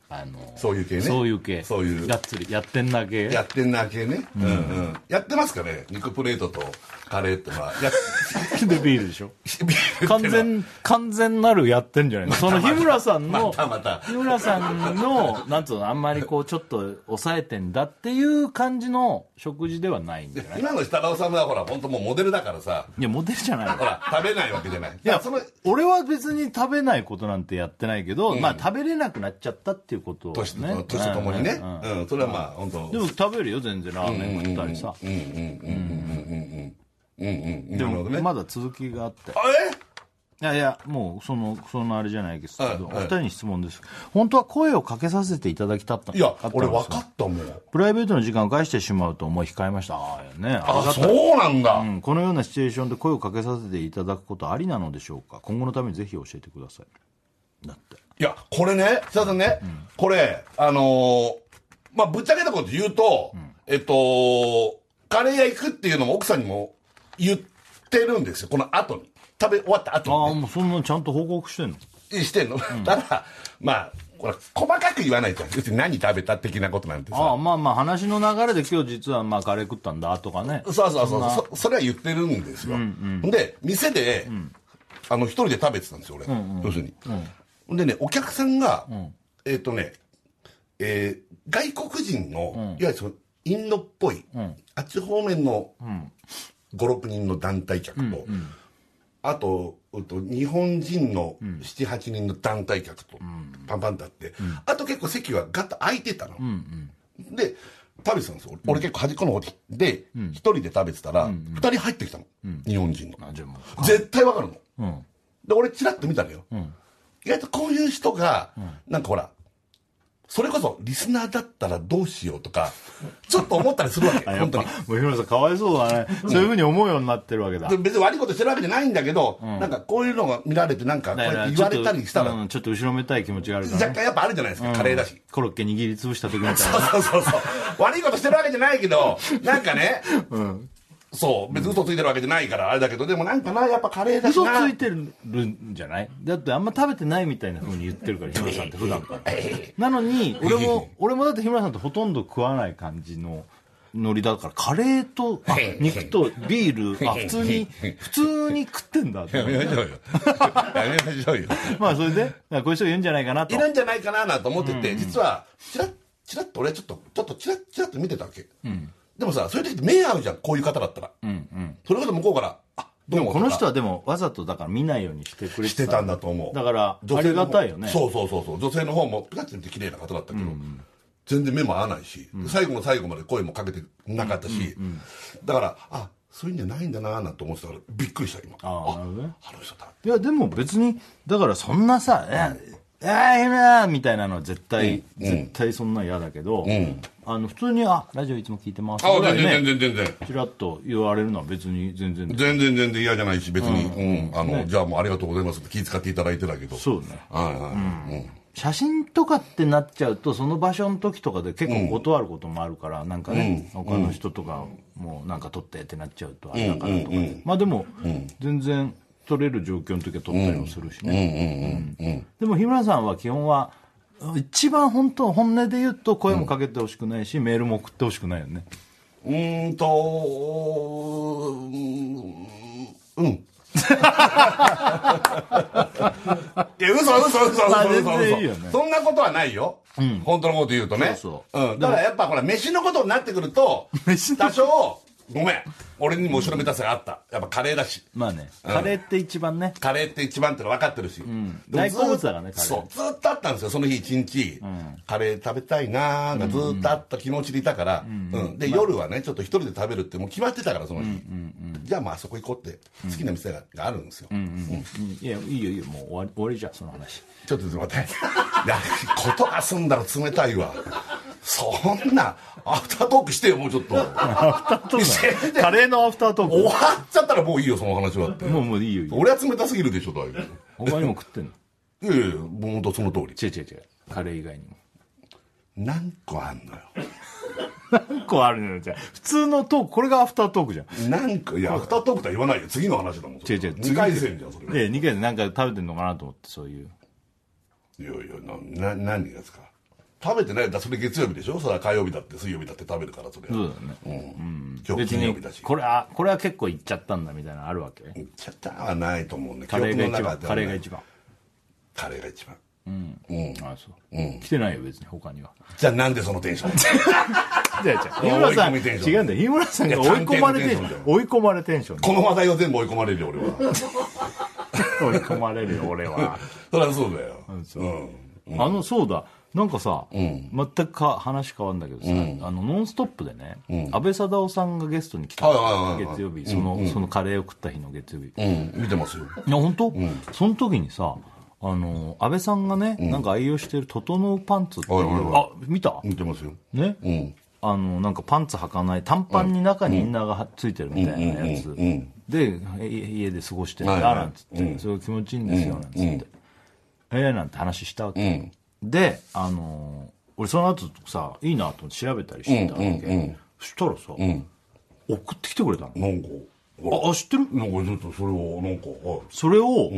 あの
そういう系ね
そういう系
そういう
がっつりやってんだ系
やってんな系ね、うんうん、やってますかね肉プレートとカレーってのは やっ
でビールで しょ
ビール
完全完全なるやってんじゃないのその日村さんの
またまた
日村さんのなんつうのあんまりこうちょっと抑えてんだっていう感じの食事ではないんじゃない
今の設楽さんはほら本当もうモデルだからさ
いやモデルじゃない
ほ
の
ら食べないわけじゃないい
いやその俺は別に食べないことなんてやってないけど、まあ食べれなくなっちゃったっていうことをね
年と、年とともにね、
うんうん
うんそれはまあ本当
でも食べるよ全然ラーメン食ったりさ、
うんうんうん
で
なるほ
も
どね
まだ続きがあって
あ
いやいやもうそのそのあれじゃないですけど、
は
お
いはい
二人に質問です本当は声をかけさせていただきたった
えいや
あったんです
俺
よ
分かったもん
プライベートの時間を返してしまうと思い控えましたああねあ
あそうなんだ、
うんこのようなシチュエーションで声をかけさせていただくことありなのでしょうか今後のためにぜひ教えてくださいだって
いやこれね設楽さんね、これあのーまあぶっちゃけたこと言うと、えっとカレー屋行くっていうのも奥さんにも言ってるんですよこの後に食べ終わった後
あ
にね、
あもうそんなのちゃんと報告してんの
してんの、 ただまあこれ細かく言わないじゃん要するに何食べた的なことなんてさ
ああまあまあ話の流れで今日実はまあカレー食ったんだとかね
そうそうそうそそれは言ってるんですよ、で店で、あの一人で食べてたんですよ俺、要するに、でねお客さんが、えっ、とね、えー外国人の、いわゆるそのインドっぽい、あっち方面の56人の団体客と、あとうんと日本人の78人の団体客と、パンパンってあって、あと結構席はガッと空いてたの、で食べてたんですよ俺,、結構端っこの方で一、人で食べてたら、二人入ってきたの、日本人の
あじゃあも
絶対わかるの
ううん
で俺チラッと見たのよ、意外とこういう人が、なんかほらそれこそリスナーだったらどうしようとかちょっと思ったりするわけ
あやっ
本当
ぱ
に
もう日村さんかわいそうだねそういうふうに思うようになってるわけだ
で別に悪いことしてるわけじゃないんだけど、なんかこういうのが見られてなんかこう
だか
やっ
ら
て
ち
言
ょっ
わ
と
れたりしたら、
うんちょっと後ろめたい気持ちがあるから
若
ね
干やっぱあるじゃないですか、カレーだし
コロッケ握り潰した時みたいな
そうそうそう悪いことしてるわけじゃないけどなんかね、そう別に嘘ついてるわけじゃないからあれだけどでもなんかなやっぱカレーだし
嘘つ
ない
てるんじゃないだってあんま食べてないみたいなふうに言ってるから日村さんって普段からなのに俺も俺もだって日村さんとほとんど食わない感じのノリだからカレーとあ肉とビールあ普通に普通に食ってんだって
やめましょうよやめましょうよ
まあそれでこういう人が言うんじゃないかないと
るんじゃないかななんて思ってて、実はチラッチラッと俺ちょっとちょっとチラッチラッと見てたわけ、でもさそういう時って目合うじゃんこういう方だったら、それこそ向こうから「あどうも」
この人
は
はでもわざとだから見ないようにしてくれ
してたんだと思う
だからあり
の方
がたいよね
そうそうそうそう女性の方もピカチュンって綺麗な方だったけど、全然目も合わないし、最後の最後まで声もかけてなかったし、だからあそういうんじゃないんだなーなんて思ってたからびっくりした今あ
ああなるほどね
あの人だ
いやでも別にだからそんなさ「ええー、えな」みたいなのは絶対、絶対そんな嫌だけど、あの普通に「あラジオいつも聞いてます」
あ
ぐらい
全然全然
ね
全然
ちらっと言われるのは別に全然
全然全然嫌じゃないし別に、うんあのじゃあもうありがとうございますって気遣っていただいてたけど
そうね
はいはい、うん
写真とかってなっちゃうとその場所の時とかで結構断ることもあるから、なんかね、他の人とかもなんか撮ってってなっちゃうとあれだからとかで、まあでも、全然撮れる状況の時は撮ったりもするしねうんでも日村さんは基本は一番本当本音で言うと声もかけてほしくないし、メールも送ってほしくないよね
うーんと うーんうんいや嘘嘘嘘嘘
まあ
嘘
全
嘘
然
嘘
いいよね
そんなことはないよ、本当のこと言うとね、
そう
ん、だからやっぱほら飯のことになってくると
飯の
多少ごめん俺にも後ろめたさがあったやっぱカレーだし
まあねカレーって一番ね、
カレーって一番っての分かってるし、でも
大好物だからね
ずっとそうずっとあったんですよその日一日、カレー食べたいなーがずっとあった気持ちでいたから、うんで、夜はねちょっと一人で食べるってもう決まってたからその日、じゃあまああそこ行こうって好きな店が,、あるんですよ、うん
うんいやいいよいいよもう終わり終わりじゃんその話
ちょっと待っていやことが済んだら冷たいわそんなアフタートークしてよもうちょっと店で
カレーのアフタート
終
ー
わっちゃったらもういいよその話はって
クもうもういいよいいよ
俺は冷たすぎるでしょだいぶ
他にも食ってんの
いやいやもう本当その通り
違う違う違うカレー以外にも
何個あんのよ
何個あるのよじゃあ普通のトークこれがアフタートークじゃん
何個いやアフタートークとは言わないよ次の話だもん
違う違う
2回戦じゃんそれいやい
ええ2回で何か食べてんのかなと思ってそういう
やなな何がですか食べてないだそれ月曜日でしょそれは火曜日だって水曜日だって食べるからそれは
そうだよね
今日
別
金曜
に
日だし
これあこれは結構いっちゃったんだみたいなのあるわけ
行っちゃったはないと思うんで
カレー
記憶
が一
の
番
中では
カ
ね
レーが一番
カレーが一番
ああそう、来てないよ別に 他には
じゃあなんでそのテンション
じゃあじゃあ日村さん
追い込みテンション
違うんだよ日村さんが追い込まれテンシ
いや探偵のテンションだ
ョ
よ
ン追い込まれテンション
この話題を全部追い込まれるよ俺 は
追い込まれるよ俺は
そりゃそうだようん
あのそうだなんかさ、全くか話変わるんだけどさ「あのノンストップ!」でね、安倍貞夫さんがゲストに来た、
はいはいはいはい
月曜日その,、そのカレーを食った日の月曜日、い
うん見てますよ
や本当、その時にさあの安倍さんがね、なんか愛用してる「整うパンツ」っていう、
はいはいはい
あ見た、
見てますよ
ね、あのなんかパンツ履かない短パンに中にインナーがはついてるみたいなやつ、でえ家で過ごしてる
はい
あ
はい
なんつって、それ気持ちいいんですよなんつって、ええなんて話したわけ、であのー俺その後さいいなと思って調べたりしてたわけ、そしたらさ、送ってきてくれた
な
の
んか
ああ知ってる
なんかちょっとそれをなんかはい
それを、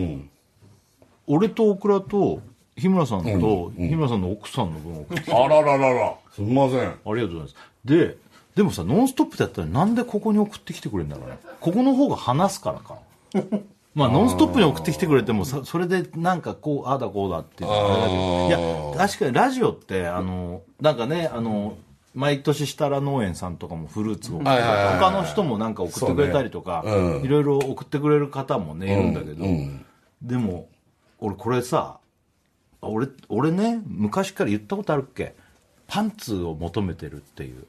俺とオクラと日村さんと日村さんの奥さんの分を送って
あららららすみません
ありがとうございます。で、でもさ、ノンストップだったらなんでここに送ってきてくれるんだろうね。ここの方が話すからか。まあ、ノンストップに送ってきてくれてもさ、それでなんかこう、ああだこうだっていうのはあれだけど。いや、確かにラジオって、あの、なんかね、あの、毎年設楽農園さんとかもフルーツを送って
はいはいはいはい
他の人もなんか送ってくれたりとか、
そうねうん
いろいろ送ってくれる方もね、いるんだけど、でも俺これさ俺俺ね昔から言ったことあるっけパンツを求めてるっていう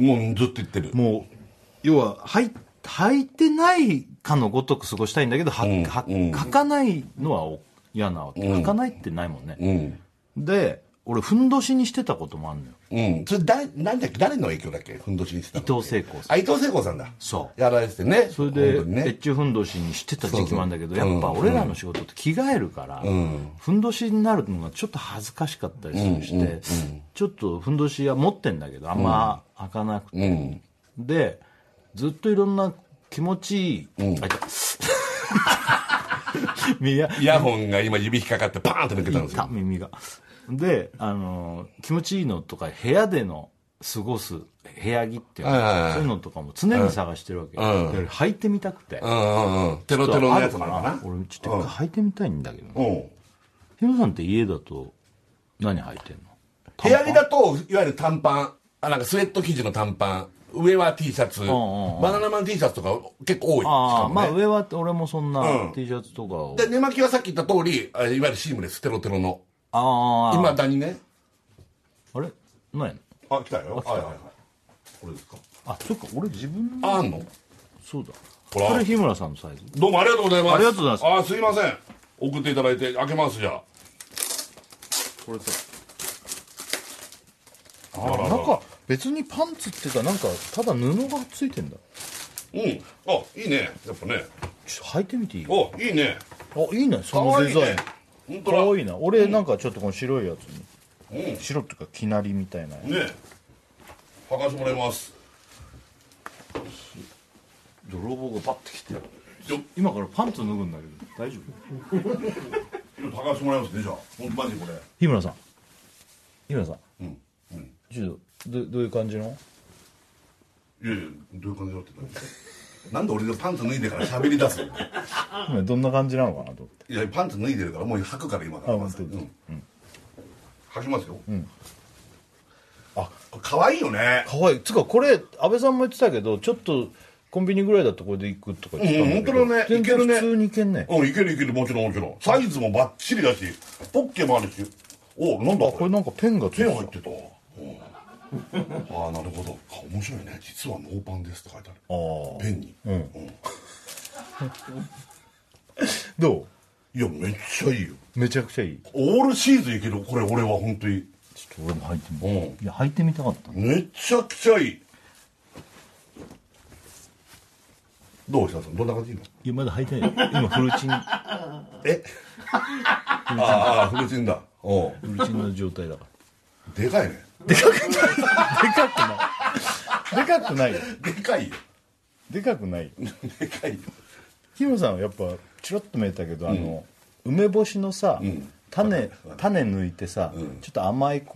もうずっと言ってる
もう要ははい履いてないかのごとく過ごしたいんだけどは、は履かないのはお嫌なわけ、履かないってないもんね、で俺ふんどしにしてたこともあるのよ
うん。それ誰、なんだっけ誰の影響だっけふんどしにしてたの
伊藤聖子さ
あ、
ん
伊藤聖子さんだ。
そう
やられててね。
それで
本当にね
越。中ふんどしにしてた時期もあるんだけど
そうそう
やっぱ俺らの仕事って着替えるから、ふんどしになるのがちょっと恥ずかしかったりするして、ちょっとふんどしは持ってんだけどあんま開かなくて、でずっといろんな気持ちいい、うん、あいた 耳が
イヤホンが今指引っかかってパーンと抜けたんです
痛っ
よ
耳がであの気持ちいいのとか部屋での過ごす部屋着っていうの、
はいはいはい
そういうのとかも常に探してるわけ、
うん
で履いてみたくて、
うんうんうんテロテロのやつなのかな
俺ちょっと一回履いてみたいんだけどね
うん
ヒロさんって家だと何履いてんの
部屋着だといわゆる短パンあなんかスウェット生地の短パン上は T シャツ、
んうん
バナナマン T シャツとか結構多いし
あ
か
あ、
も
ま
ね
あ上は俺もそん
う
なん T シャツとかを、
で寝巻きはさっき言った通りあいわゆるシームレステロテロの
ああ
いまだにね
あれ何やの
あ来たよはいはいはいこれですか
あそっか俺自分の
ああんの
そうだ
ほら
これ日村さんのサイズ
どうもありがとうございます
ありがとうございます
あすいません送っていただいて開けますじゃあ
これさ
あらら
なんか別にパンツっていうかなんかただ布がついてんだ
うんあいいねやっぱね
ちょっと履いてみていいあ
おいいね
いいねそ
か
の
わ
デ
いい
ザイ
ね
ン
本当
か
だ
わいいな俺なんかちょっとこの白いやつに、
うん
白っていうかきなりみたいなやつ
ね剥がしてもらいます
泥棒がパッてきて
よっ
今からパンツ脱ぐんだけど大丈夫
剥がしてもらいますねじゃあ本当マジこれ
日村さん日村さん
うん
ちょっとどどういう感じの
いやいやどういう感じだってなんで俺がパンツ脱いでから喋り出すの
今どんな感じなのかなと思って
いやパンツ脱いでるからもう履くから今から
あ本当
うん
に
履きますよ、
あ
これ可愛いよね
かわいいつうかこれ安倍さんも言ってたけどちょっとコンビニぐらいだとこれで行くとか言ってただけど
うん本当だねい
全然
けるね
普通に行けんね
うんいけるいけるもちろんもちろんサイズもバッチリだしポッケもあるしおなんだ
あこれなんかペンがつい
ペ
て
ン入ったてた、うん、ああなるほどあ面白いね実はノーパンですって書いてある
あー
ペンに、うん
ど
いやめっちゃいいよ
うめちゃくちゃいい
オールシーズンいけるこれ俺は本当に
ちょっと俺も履いてみ
うん
いや履いてみたかった
めちゃくちゃいいどうしたさんどんな感じいいの
いやまだ履いてない今フルチン
えああフルチンだおう
フルチンの状態だか
でかいね
らでかくないでかくないよ
でかいよ
でかくないよ
でかいよ
日村さんはやっぱチラッと見えたけど、あの梅干しのさ、
ん
種種抜いてさ、ちょっと甘い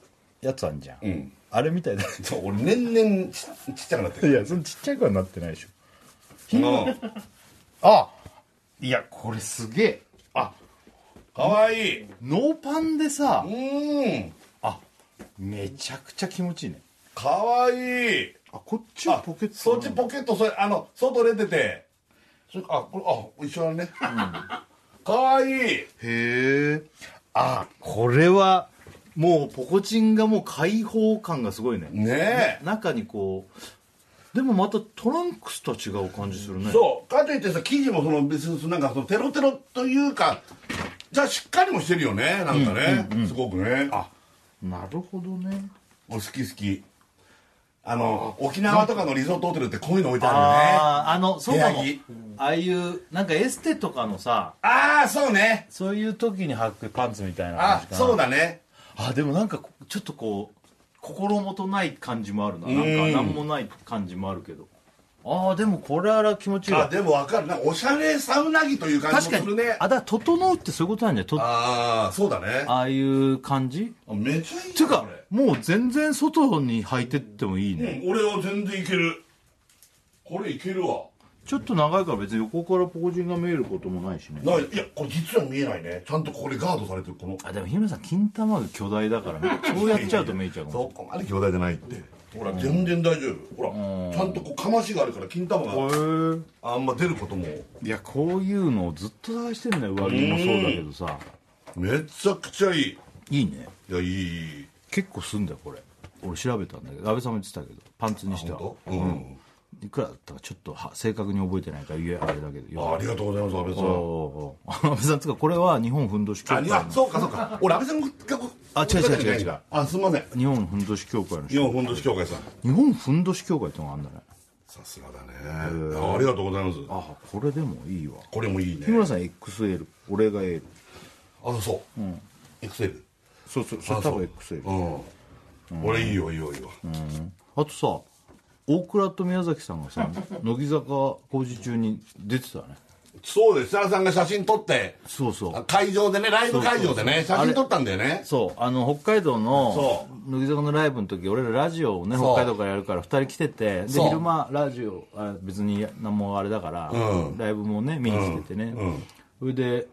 やつあんじゃん、
うん
あれみ たいだ
そう俺年々ちちっちゃくなって
い
る
やそのちっちゃくはなってないでしょ
うん
あいやこれすげえあ
かわいい
ノーパンでさ
う、ーん
あめちゃくちゃ気持ちいいね
かわいい
あこっち
あ
はポケット
そっちポケットそれあの外出ててそれあこれあ一緒だね、かわいい
へえあこれはもうポコチンがもう開放感がすごいね
ね
中にこうでもまたトランクスとは違う感じするね
えそうかといってさ生地もその別になんかそのテロテロというかじゃあしっかりもしてるよねなんかね、すごくねあ
なるほどね
お好き好きあの沖縄とかのリゾートホテルってこういうの置いてあるよね
あーあのそうかも
部屋着
ああいうなんかエステとかのさ
ああそうね
そういう時に履くパンツみたいな感
あ
じかな
そうだね
あでもなんかこちょっとこう心もとない感じもあるななんか
うん
何もない感じもあるけどああでもこれあら気持ちいい
あ
わ
でも分かるなおしゃれサウナ着という感じも
確か
す
に
るね
あだから整うってそういうことなんじゃとあ
ああそうだね
あいう感じっ
めちゃいい
て
な
いうか
これ
もう全然外に履いてってもいいね、
うん俺は全然いけるこれいけるわ
ちょっと長いから別に横からポコチンが見えることもないしね
ないいやこれ実は見えないねちゃんとこれガードされてるこの
あでも日村さん金玉が巨大だからねそうやっちゃうと見えちゃうかも
そこまで兄弟じゃないってほら全然大丈夫ほらちゃんとこうかましがあるから金玉が
へ
あんま出ることも
えいやこういうのをずっと探してるね上着もそうだけどさ
めちゃくちゃいい
いいね
いやいいいい
結構すんだよこれ俺調べたんだけど安倍さんも言ってたけどパンツにしては
本当うん
いくらだったかちょっとは正確に覚えてないから言えあれだけど
あありがとうございます安倍さ
おうんおうおう安倍さんつうかこれは日本ふんどし協
あ
会
い
の
やそうかそうか俺安倍さんがこ
あ違う違う違う違う
あすいません
日本ふんどし協会の
日
人
本本土地協会さん
日本ふんどし協会ってのがあるんだね
さすがだねあありがとうございます
あこれでもいいわ
これもいいね
日村さん XL 俺が L
あそう、うん、XL
そうそうそ
あ
れ多分 XL
うん、俺いいよいいよいいよ、
あとさ大倉と宮崎さんが さ乃木坂工事中に出てたね
そうです設楽さんが写真撮って
そうそう
あ会場でねライブ会場でね
そうそうそう
写真撮ったんだよね
そうあの北海道の
そ
乃木坂のライブの時俺らラジオをね
そう
北海道からやるから2人来ててで
そう
昼間ラジオあ別に何もあれだから、
うん
ライブもね見に来ててね、
うんうん
それで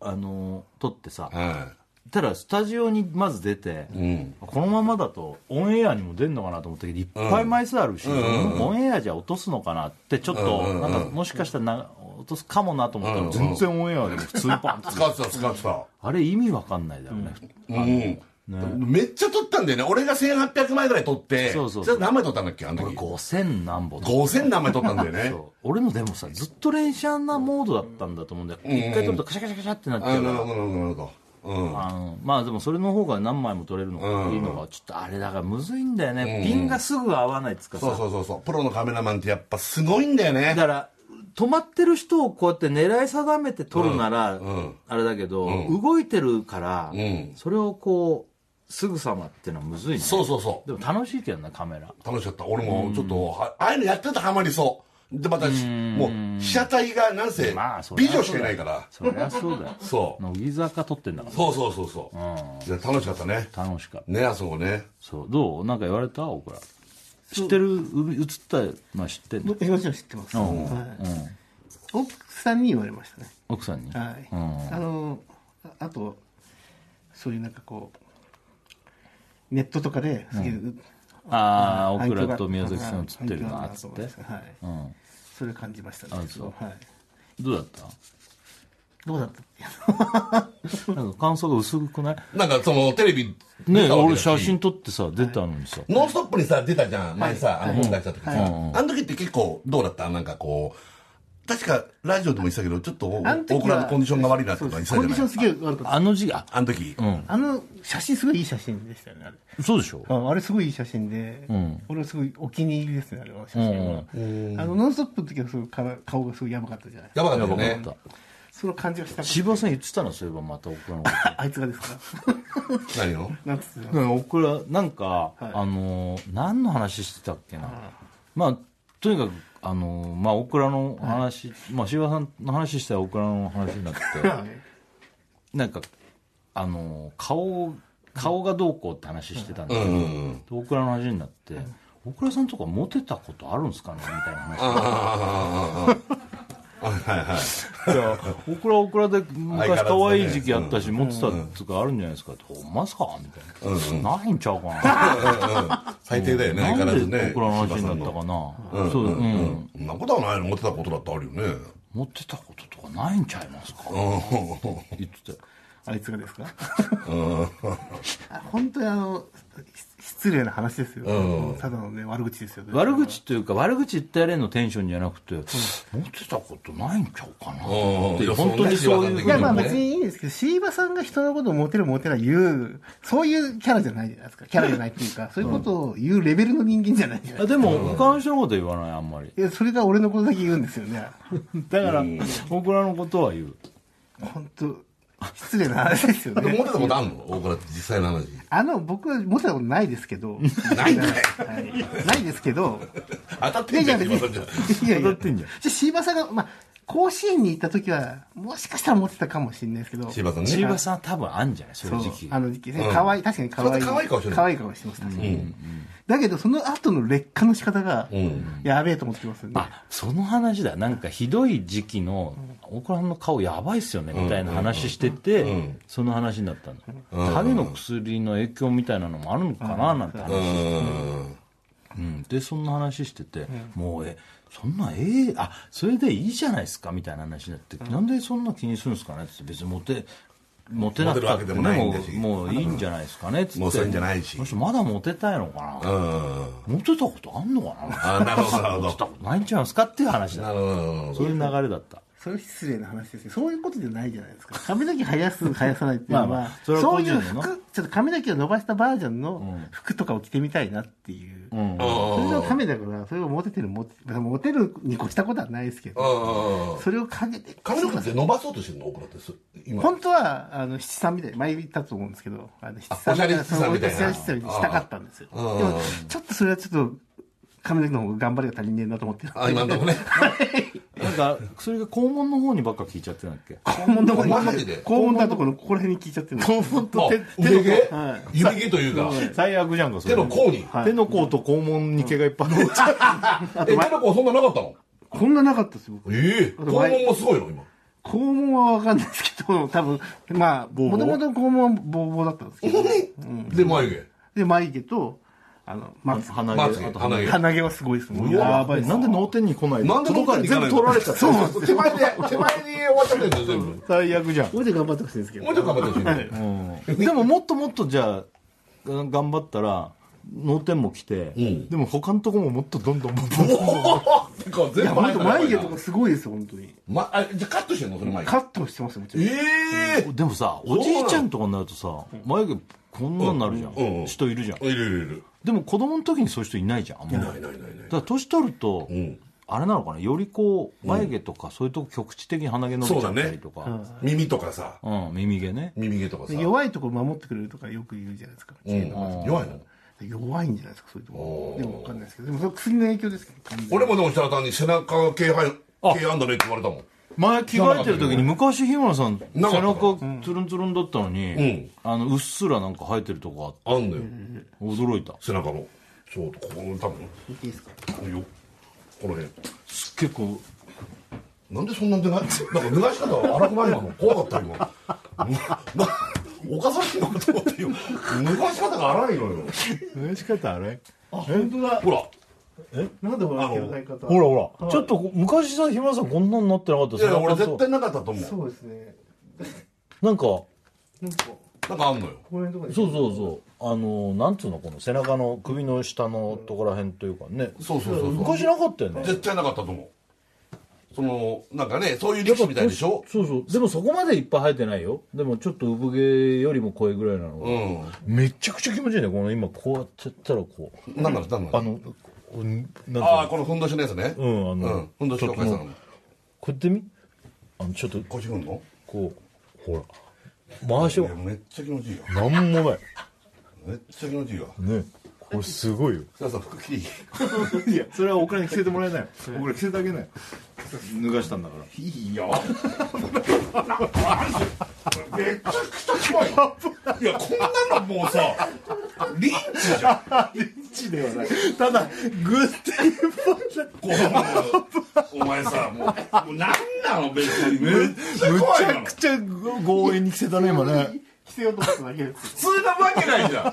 あの撮ってさ
うん
ただスタジオにまず出て、
ん
このままだとオンエアにも出るのかなと思ったけどいっぱい枚数あるし、オンエアじゃ落とすのかなってちょっと、なんかもしかしたらな落とすかもなと思ったら、全然オンエアでも普通にパンって
使ってた使ってた
あれ意味わかんないだろうね、
うんめっちゃ撮ったんだよね俺が1800枚ぐらい撮って
そうそうそう
それ何枚撮ったんだっけあの時
5000何本
5000何枚撮ったんだよね
そう俺のでもさずっと連写なモードだったんだと思うんだよ一回撮るとカシャカシャカシャってなっち
あ
ゃ
なる
うか
ほ
ら
どなるほどなるほどうん
あのまあでもそれの方が何枚も撮れるのがいいのがちょっとあれだからむずいんだよねピンがすぐ合わないっつうか
そう
さ
そうそうそうプロのカメラマンってやっぱすごいんだよ
だ
ね
から止まってる人をこうやって狙い定めて撮るならあれだけど動いてるから
ん
それをこうすぐさまっていうのはむずいね
そうそうそう
でも楽しいけどなカメラ
楽しかった俺もちょっとはああいうのやってたらハマりそうでまたしもう被写体がなんせ
まあそり
美
ゃそうだ
女してないから
そりゃそう だよ
そう
乃木坂撮ってんだから
そうそうそうそうで楽しかったね
楽しかった
ねあそこね
そうどうなんか言われた大倉知ってるう映ったまあ知ってんの
僕もちろん知ってます、はい奥さんに言われましたね
奥さんに、
はい、
うん
あのああとそういうなんかこうネットとかですげえ、
ああ
はい
大
反響
倉
が
と宮崎さん映ってる
は
ないっつっ
反響があ
て
ると思いますはい
うん
それ感じましたね
あそう
はい
どうだった
どうだったっていう
なんか感想が薄くない
なんかそのテレビ
ね
出たわけ
俺
だし
写真撮ってさ出たのにさ、
ノンストップにさ、出たじゃん、前さ、あの本出した時さ。あの時って結構、どうだったなんかこう、確かラジオでも言ってたけど、ちょっと、
あの時は
大倉のコンディションが悪いなとか言ってた
コ
じ
ン
ゃ
ディ
な
ション
い
すげえ悪かった
あの字が
あの時。
あの写真すごいいい写真でしたよねあれ
そうでしょ
ああれすごいいい写真で、俺はすごいお気に入りですねあれは写真は、あの「ノンストップ!」の時はすごい顔顔がすごいやばかったじゃないです
や
か
ばかった
や
よ
ばかっ
ね。
た
その感じがしたか
千葉さん言ってたのそういえばまた大倉のこ
ああいつがですか
何を
なんつって
とね大倉なんか、
い
あのー何の話してたっけな、まあとにかくあのーまあ大倉の話、まあ千葉さんの話したら大倉の話にな ってなんかあの顔顔がどうこうって話してたんだけど、大倉の話になって「大倉さんとかモテたことあるんですかね?」みたいな話いや大倉は大倉で昔可愛い時期あったし、モテ持ってたっつうかあるんじゃないですかって「ほんまっすか?」みたいな、ないんちゃうかな
最低だよね、相変わ
な
らず
んで
ね。
大倉の話になったかな、そううん、
そんなことはないの、持ってたことだってあるよね。
モテたこととかないんちゃいますか、言ってたよ
あいつがですかあ本当にあのし失礼な話ですよ、ただのね悪口ですよね
悪口というか悪口言ってやれんのテンションじゃなくて、モテたことないんちゃうかなっていう
うん
本当にそういうふう
い
に
やま
思
あ
う
別にいいんですけど、椎葉さんが人のことをモテるモテない言う、そういうキャラじゃないじゃないですか。キャラじゃないっていうか、そういうことを言うレベルの人間じゃないじゃない
あ
ですか。
でも他の人のことは言わないあんまり
いや、それが俺のことだけ言うんですよね。
だから大倉のことは言う
本当失礼な話ですよ
でも持
ね
っ。てたことあるの大倉って実際の話。
あの、僕はモテたことないですけど、
ないんだよ。
はいないですけど、
当たっ
いや
てん
い
じゃ
や
ん、
別
今のじゃ
に、いやいや、じゃあ椎葉さんが、まあ、甲子園に行った時は、もしかしたらモテたかもしれないですけど、
千葉さん
千
ね。
葉さんは多分あんじゃないそういう時期
あの時期ね、可愛い、確かに可愛
そ
い。
うやって可愛い顔してる
可愛い顔してます、確かに。だけど、その後の劣化の仕方が、やべえと思ってますよね。
あその話だなんかひどい時期の大倉さんの顔やばいっすよねみたいな話してて、その話になったの影の薬の影響みたいなのもあるのかななんて話、
うん。
うん、でそんな話してて、もうえそんなええあそれでいいじゃないですかみたいな話になって、なんでそんな気にするんですかねっつって別にモテモテなくたって、
モテるわけで
ね、
もないんだし
もうもういいんじゃないですかねっつって、
もうそういうんじゃないし
この人まだモテたいのかな、
うん。
モテたことあんのかな
あ、なるほど、なるほ
モテた
ど。
ことないんちゃいますかっていう話
な
だ
るほどなるほど。
そういう流れだった
それ失礼な話ですね。そういうことじゃないじゃないですか。髪の毛生やす、生やさないっていうのは、
まあまあそれは
そ
個
うい
人
う
のな
服、ちょっと髪の毛を伸ばしたバージョンの服とかを着てみたいなっていう。
ん
それがためだから、それをモテてる、モテモテるに越したことはないですけど、
うん
それをかけて、
髪の毛って伸ばそうとしてるの大倉ってす今
本当は、あの、七三みたい、前言ったと思うんですけど、あの、七
おしゃれ七三みたいな
おしゃれ七三みたいにしたかったんですよ。で
うん
も、ちょっとそれはちょっと、髪の毛の方が頑張りが足りねえなと思ってる
あ今のとこね
なんか薬が肛門の方にばっか効いちゃってなんだっけ
肛門のとこに
マジで
肛門のとこのここら辺に聞いちゃってるんです
肛門
あ
と手
腕毛
手の
は
指毛というか
甲最悪じゃんかそ
手
れ
の甲に
はい
手の甲と肛門に毛がいっ ぱい入っちゃう
え手の甲そんななかったの
こんななかったです僕
ええ
あ
肛
と前
門もすごいの今
肛門は分かんないですけど多分まあ
ボー
もともと肛門はボーボーだったんですけ ど
で眉毛
で眉毛とあのまつ
鼻
まつ
毛
げ
あと
鼻毛
鼻毛はすごいですもう
うわ
やばいです
なんで脳天に来ないの
なんで脳天に来ないの
届か全部取られちゃった
手前で手前に終わっちゃってるんですよ全部
最悪じゃん
これで頑張ってほしいんですけど
もうちょっと頑張ってほしいね
うんでももっともっとじゃあが頑張ったら脳天も来て、
ん
でも他のとこももっとどんどんどんどん
てか全部入った
いや本当
らやばい
眉毛
な
とかすごいですよ本当に
まあじゃあカットしてんのその眉毛
カットしてますよもちろん
ええ
でもさおじいちゃんとかになるとさ眉毛こんなになるじゃん、
うんうん
人いるじゃん
いるいるいる
でも子供の時にそういう人いないじゃんあんまりだ
ないないないない
から年取ると、
ん
あれなのかなよりこう眉毛とかそういうとこ局地的に鼻毛伸びちゃったりとかう、
耳とかさ
ん耳毛ね
耳毛とかさ
で弱いとこ守ってくれるとかよく言うじゃないですか、
うん弱いの
弱いんじゃないですかそういうとこでも分かんないですけどでもそれは薬の影響ですけど完全に
俺もでも設楽さんに背中系入る系あんだねって言われたもん
前着替えてる時に昔日村さん背
なかった
中ツルンツルンだったのに、
ん
あのうっすらなんか生えてるとこあっ
あ
て
んのよ
驚いた
背中のそうこの多分
いいですか
このよこの辺
す結構
なんでそんなんでないなんか脱がし方が荒くない今の怖かった 今な犯されてんのかと思ってよ脱がし方が荒いのよ
し方あれ
本当だ
ほら
なんでこの毛の生え方
ほらほら、ちょっとこ昔さ日村さんこんなんなってなかった
いやいや俺
背中
絶
と
対なかったと思う
そうですね
なんかそ
なんかこ
なんかあんのよ
こら辺とか
う
に
そうそうあのなんつうのこの背中の首の下のとこらへんというかね
そうそうそうそう
昔なかったよね
絶対なかったと思うそのなんかねそういう力士みたいでしょ
そうそうでもそこまでいっぱい生えてないよでもちょっと産毛よりも濃いぐらいなのが、
うん
めちゃくちゃ気持ちいいねこの今こうやってやったらこう
なんなのなんな
あ
の
のこうなんていうの
ああこのふんどしのやつね
う
うん
あの、
ふんどし
ちょ
紹
っと
介
も
さ
うん
の
こうやってみあのちょっと
腰振んの
こうほら回し
い
を
やめっちゃ気持ちいいよ
なんもない
めっちゃ気持ちいいわ
ねこれすごいよ
さあさあ服着ていい
いやそれはお金に着せてもらえないよ僕ら着せてあげないよ脱がしたんだから
いいよ。めちゃくちゃ怖いよ。いや、こんなのもうさ、リンチじゃん。
ただグッて
こうお前さ、もう、もうなんなの別に。めっちゃ
む
怖い
ち
よ
ゃくちゃ強引に着せたね今ね
着せようと思っただけです
普通なわけないじゃん。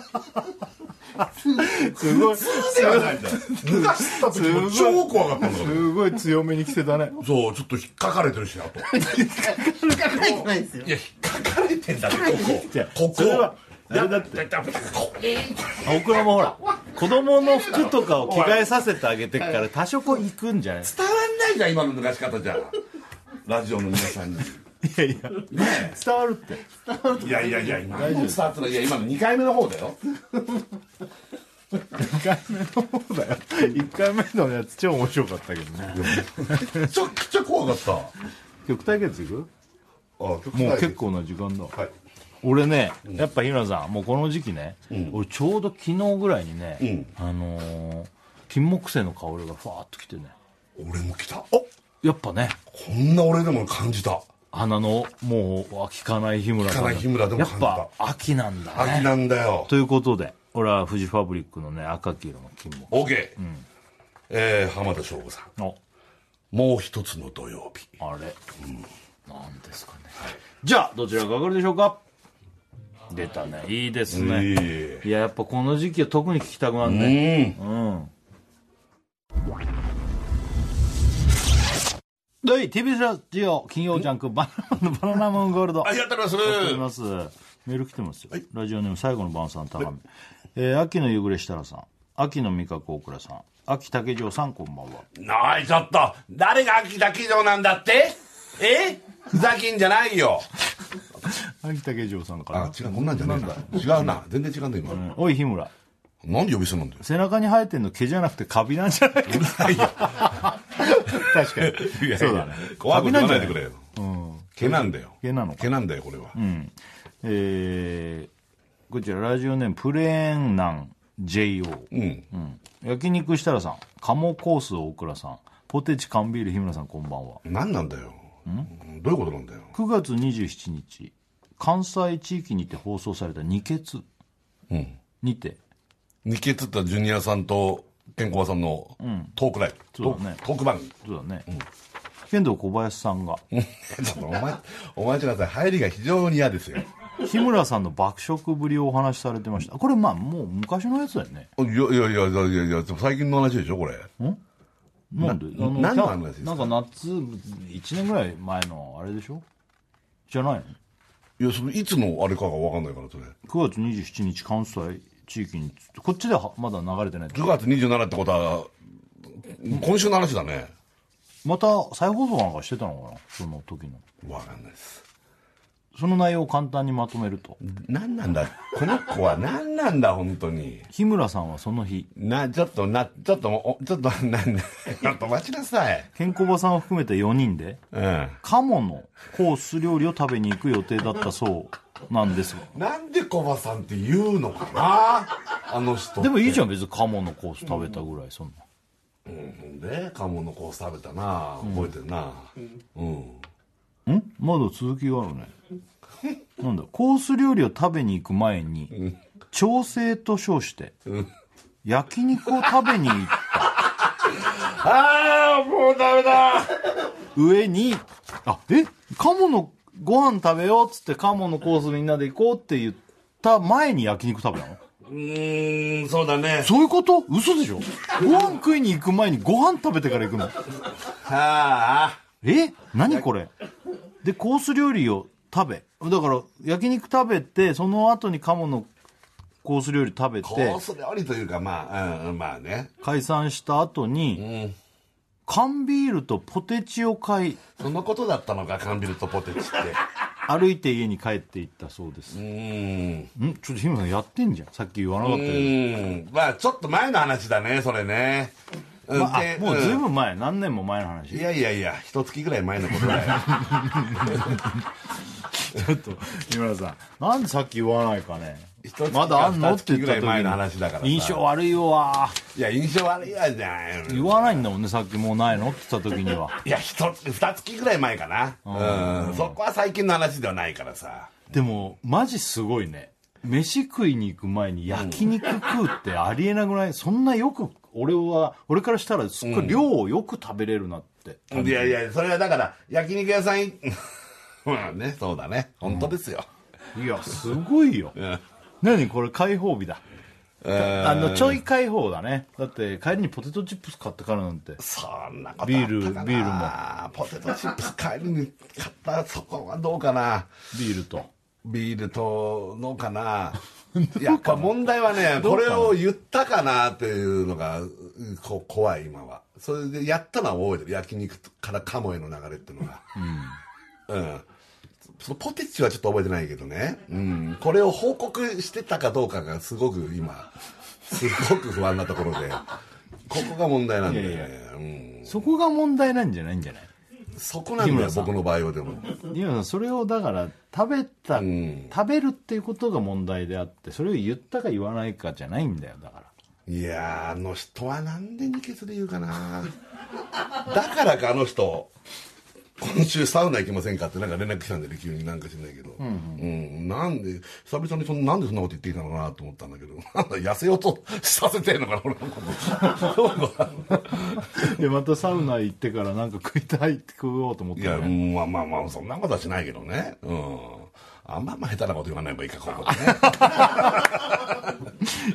すごい
普通ではないじゃん。脱がした時も超怖かったんだから。
すごい強めに着せたね
そう、ちょっと引っかかれてるし、あと。い
抜かないじないですよ
や、引っかかれてんだって、ここ。ここ。
それはあれだって僕らもほら子供の服とかを着替えさせてあげてから多少こう行くんじゃない
伝わんないじゃん、今の脱がし方じゃ。ラジオの皆さんに。
いやいや伝わるって
いやいやいや、今のスタートの、いや、今の2回目の方だよ。
1回目の方だよ1回目のやつ超面白かったけどね
めちゃくちゃ怖かった。あ、
曲対決いく
もう
もう結。構な時間だ
はい。
俺ねやっぱ日村さんもうこの時期ね、俺ちょうど昨日ぐらいにね、あのー金木犀の香りがふわーっときてね
俺も来た。あ、こ
やっぱね
んな俺でも感じた。
花のもう秋かない日村さん
聞かない日村でも
やっ
感じた
ぱ秋なんだね
秋なんだよ。
ということで俺はフジファブリックのね赤黄色の金木
オーケー。えー、浜田省吾さん。
の
もう一つの土曜日。
あれ、なんですかねじゃあどちらが上がるでしょうか出たねいいですね、
え
いややっぱこの時期は特に聞きたくなるね、
え
うん。はい、TBS ラジオ金曜ジャンクバナナマンのバナナムーンゴールド。
ありがとうござい
あり
ま
ます。メール来てますよ。ラジオネーム最後の晩さん高め。えー秋の夕暮れ設楽さん、秋の味覚大倉さん、秋竹城さんこんばんは。
す。なあい、ちょっと。誰が秋だけ城なんだってえふざけんじゃないよ。
秋竹城さんか
あ
ら、。
違う、こんなんじゃないんだ。違うな。全然違うんだ、今。
おい日村、
なんで呼び捨てなんだよ。
背中に生えてんの毛じゃなくてカビなんじゃない？ 確かに。
いやいや
そうだね
怖く言わないでくれよ。毛なんだよ。
毛なのか
毛なんだよ、これは。
うんえーこちらラジオネームプレーンナン JO、
うん
うん、焼肉設楽さん鴨コース大倉さんポテチ缶ビール日村さんこんばんは
何なんだよどういうことなんだよ
9月27日関西地域にて放送された「二血」にて
日経つったジュニアさんと健康さんのトークライブ、
そうだね
トークトーク番組
そうだね、剣道小林さんが
ちょっとお前お待ちなさい入りが非常に嫌ですよ
日村さんの爆食ぶりをお話しされてましたこれまあもう昔のやつだよね
いやいやいやいやいやいや最近の話でしょこれ
なんであ
何の
キャ
話ですか
なんか夏1年ぐらい前のあれでしょじゃないの
いやそのいつのあれかが分かんないからそれ
9月27日関西地域にこっちではまだ流れてない
9月27ってことは今週の話だね
また再放送なんかしてたのかなその時の
分かんないです
その内容を簡単にまとめると
何なんだこの子は何なんだ本当に
日村さんはその日
なちょっとなちょっともうおちょっと なんちょっと待ちなさい
ケンコバさんを含めた4人で
うんな
鴨のコース料理を食べに行く予定だったそうなんですが
んでコバさんって言うのかなあの人
でもいいじ
ゃ
ゃん別に鴨のコース食べたぐらいそん
う
な
んで鴨の子を食べたな覚えてるなうん
んまだ続きがあるねなんだコース料理を食べに行く前に調整と称して焼肉を食べに行った
ああもうダメだ
上にあえ鴨のご飯食べようっつって鴨のコースみんなで行こうって言った前に焼肉食べたの
うーんそうだね
そういうこと嘘でしょご飯食いに行く前にご飯食べてから行くの
はあ
え何これでコース料理を食べだから焼肉食べてその後に鴨のコース料理食べ
コ
て
ース料理というかまあ、うん、まあね
解散した後に、缶ビールとポテチを買い
そのことだったのか缶ビールとポテチって
歩いて家に帰っていったそうです、
うーん
んちょっと日村さんやってんじゃんさっき言わなかった
う
けど
ーんまあちょっと前の話だねそれね、うん
まあ
で
あもうずい
ん
ぶん前、何年も前の話
いやいやいや一月ぐらい前のことだよ
ちょっと日村さんなんでさっき言わないかね
一月か
まだあんのって言
二月
った
ぐらい
時に
前の話だからさ
印象悪いよわ
いや印象悪いわじゃない
言わないんだもんねさっきもうないのって言った時にはい
や一つ二月ぐらい前かなうん、そこは最近の話ではないからさ
でもマジすごいね飯食いに行く前に焼肉食うってありえなくない、そんなよく俺は俺からしたらすっごい量をよく食べれるなって、
いやいやそれはだから焼肉屋さんい まあねそうだね本当ですよ、
いやすご いよ、何これ開放日だあのちょい開放だねだって帰りにポテトチップス買ってからなんて
そんなこと
ビールビ
もポテトチップス帰りに買ったそこはどうかな
ビールと
ビールとのか なやっぱ問題はねこれを言ったかなっていうのがうんこ怖い今はそれでやったのは覚えてる焼肉からカモへの流れっていうのがうん、そのポテチはちょっと覚えてないけどね、うん、これを報告してたかどうかがすごく今すごく不安なところでここが問題なんでね
いやい
うん、
そこが問題なんじゃないんじゃない
そこなん
日
だよ
村さん
僕の場合はでも
今さんそれをだから食べた、
ん
食べるっていうことが問題であってそれを言ったか言わないかじゃないんだよだから
いやーあの人はなんで二血で言うかなだからかあの人今週サウナ行きませんかってなんか連絡来たんだよね急になんか知んないけど、うんなんで久々にそんなんでそんなこと言ってきたのかなと思ったんだけど なんだ痩せようとさせてんのかな俺のこと
でまたサウナ行ってからなんか食いたいって食おうと思っ
い
て
や
ね
まあまあまあそんなことはしないけどねうんあんまあんま下手なこと言わない方がいいかここでね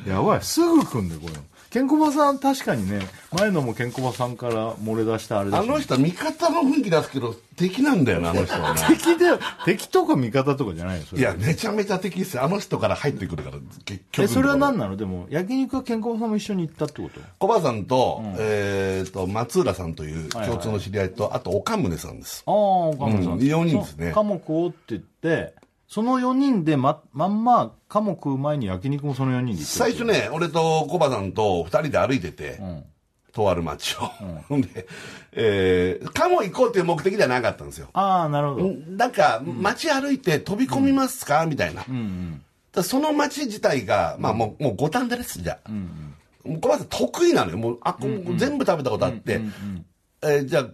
やばいすぐ来んでこれケンコバさん確かにね前のもケンコバさんから漏れ出したあれだ
あ
し
の人は味方の雰囲気出すけど敵なんだよなあの人はね
敵で敵とか味方とかじゃないよそ
い
れ
や、めちゃめちゃ敵ですよ。あの人から入ってくるから、結局。
えそれは何なのでも焼肉はケンコバさんも一緒に行ったってこと
コバさんと、えっと、松浦さんという共通の知り合いと、あと、岡宗さんです。
ああ岡本さん、
うん四人ですね
そう鴨食おうって言ってその4人でままんま鴨食う前に焼肉もその4人で行って
最初ね、俺とコバさんと二人で歩いてて、とある町を。ほん で、えー、カモ行こうっていう目的ではなかったんですよ。
ああなるほど、
なんか、街歩いて飛び込みますかみたいな。だその街自体が、まあもう、もう五反田です、じゃあ。もう小林さん得意なのよ。もう、あ、こう全部食べたことあって、えーじゃあ、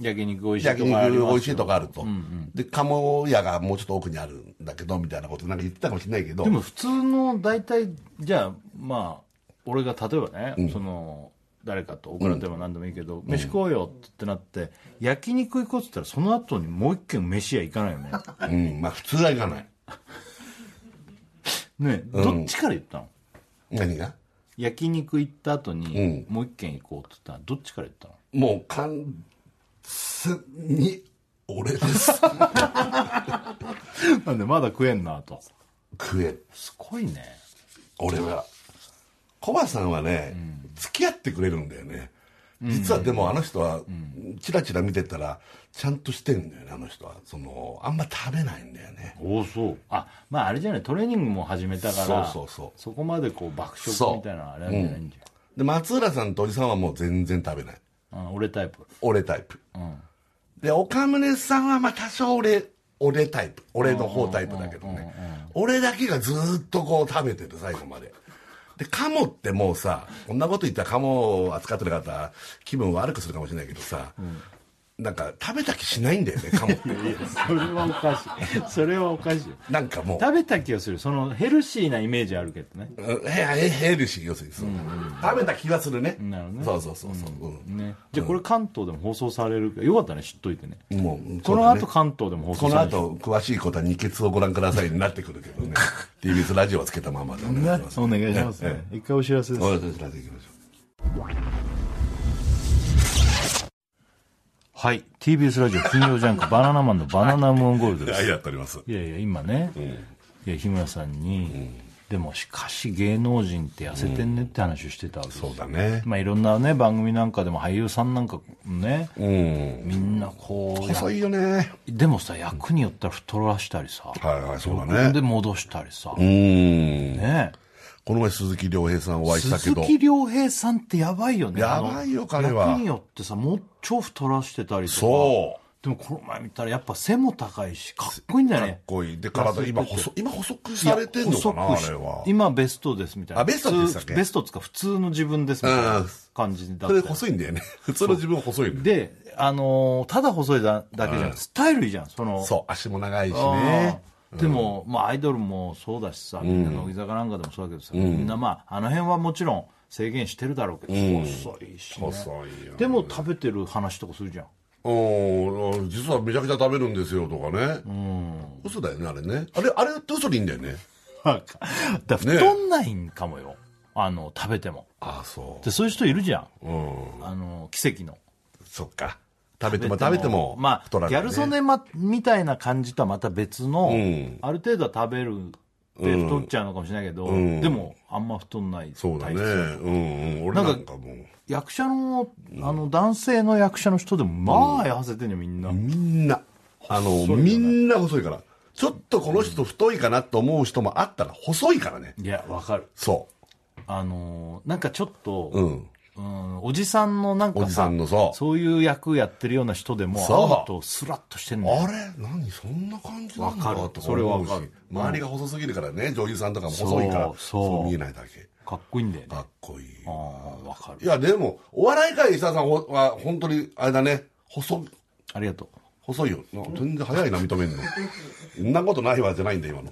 焼肉美味しい
焼
とかあり
肉
ま
美味
す
しいとかあると。で、鴨屋がもうちょっと奥にあるんだけど、みたいなことなんか言ってたかもしれないけど
で、も普通の大体じゃあまあ俺が例えばね、その誰かと送られても何でもいいけど、飯食おうよってなって焼肉行こうって言ったらその後にもう一軒飯屋行かないよ ね
うん、まあ普通はいかない。
ねえどっちから言ったの、
何が
焼肉行った後にもう一軒行こうって言ったらどっちから言ったの
もう完全に俺 です。
なんでまだ食えんなと
食え、
すごいね
俺は。コバさんはね、付き合ってくれるんだよね。実はでもあの人は、チラチラ見てたら、ちゃんとしてんだよね、あの人は。その、あんま食べないんだよね。
おおそうあまああれじゃないトレーニングも始めたから
そうそうそう
そこまでこう爆
そう
食みたいなあれなんじゃないんじ
で、松浦さんとおじさんはもう全然食べない。
ゃん、うん俺タイプ
俺タイプ。で、岡宗さんはまあ多少俺、俺タイプ。俺の方タイプだけどね。俺だけがずーっとこう食べてる、最後まで。で、カモってもうさ、こんなこと言ったらカモを扱ってる方、気分悪くするかもしれないけどさ、なんか食べた気しないんだよね、カモって。
いやそれはおかしい それはおかしいよ
なんかもう、
食べた気がするそのヘルシーなイメージあるけどね
うんへへヘルシー、要するにそう、食べた気はするね。
なるほどね
そうそうそうそう。うん
ねじゃあこれ関東でも放送されるかよかったね知っといてね
もう
この後関東でも
こ
放送
の
される
後、詳しいことは二血をご覧くださいになってくるけど ね。TBS ラジオはつけたままでお願いします。
お願いしますね一回お知らせです
お知らせいきましょ
はい TBS ラジオ金曜ジャンク「バナナマンのバナナムーンゴールド」
う。
で
は
す
い、やっております。
いやいや今ね、いや日村さんに、でもしかし芸能人って痩せてんねって話をしてたわけです、
そうだね。
まあ、いろんなね番組なんかでも俳優さんなんかね、
うん。
みんなこうや
細いよね。
でもさ役によったら太らしたりさ、
はいはい、そうだ
で
ね。
戻したりさ、
うん。
ね
この前鈴木亮平さんお会いしたけ
鈴
ど。
木亮平さんってやばいよね
やばいよ
あの
彼は
役によってさもう超太らしてたりとか
そう
でもこの前見たらやっぱ背も高いしかっこいいんだよ
か
ね
っこいい。で、体今細、今細くされてんのかな、
いや
あ
細
れ
くし
は。
今ベストですみたいな
あベストって言ってたっけ
普通ベストっつうか普通の自分ですみたいな感じだ
それ
った
細いんだよね。普通の自分細いの。
で、あのーただ細いだだけじゃん、スタイルいいじゃんその
そう、足も長いし
あ
ね。
ーでも、まあ、アイドルもそうだしさみんな乃木坂なんかでもそうだけどさ、みんなまああの辺はもちろん制限してるだろうけど、細いし、ね、
細いよ。
でも食べてる話とかするじ ゃん
うん、実はめちゃくちゃ食べるんですよとかね。嘘だよね、あれね。あれ、あれって嘘でいいんだよね。
だから太んないんかもよ、あの食べても
ああ、そ
でそういう人いるじゃん、
う。うん。
あの奇跡の
そっか。食べても食べても、
まあ、
太らない、
ギャル曽根まみたいな感じとはまた別の、
ん
ある程度は食べるで太っちゃうのかもしれないけど、
ん
でもあんま太んない
そうだね。
体質
うん、うん。俺
なんか
なんかもう、
役者のあの男性の役者の人でもまあ痩せてんねみんな、
みんな、あの、みんな細いから。ちょっとこの人太いかなと思う人もあったら細いからね。
いやわかる
そ
あのーなんかちょっと、
う。うん。
うんおじさんのなん
お
か
じさ
さ
んのそう。
そういう役やってるような人でも
そう
会うとスラッとしてんの
あれ何そんな感じなんだ
わかる
と
それ
思
は
う
わ
し
かる
周りが細すぎるからね、女優さんとかも細いから、
そ
そ
う
う
そう
見えないだけ。
かっこいいんだよね
かっこいい。
ああわか
い
る
や、でも、お笑い界石田さんほは、本当に、あれだね、細、
ありがとう
細いよ。な全然早いな、認 めんの。そんなことないわじゃないんだ、今の。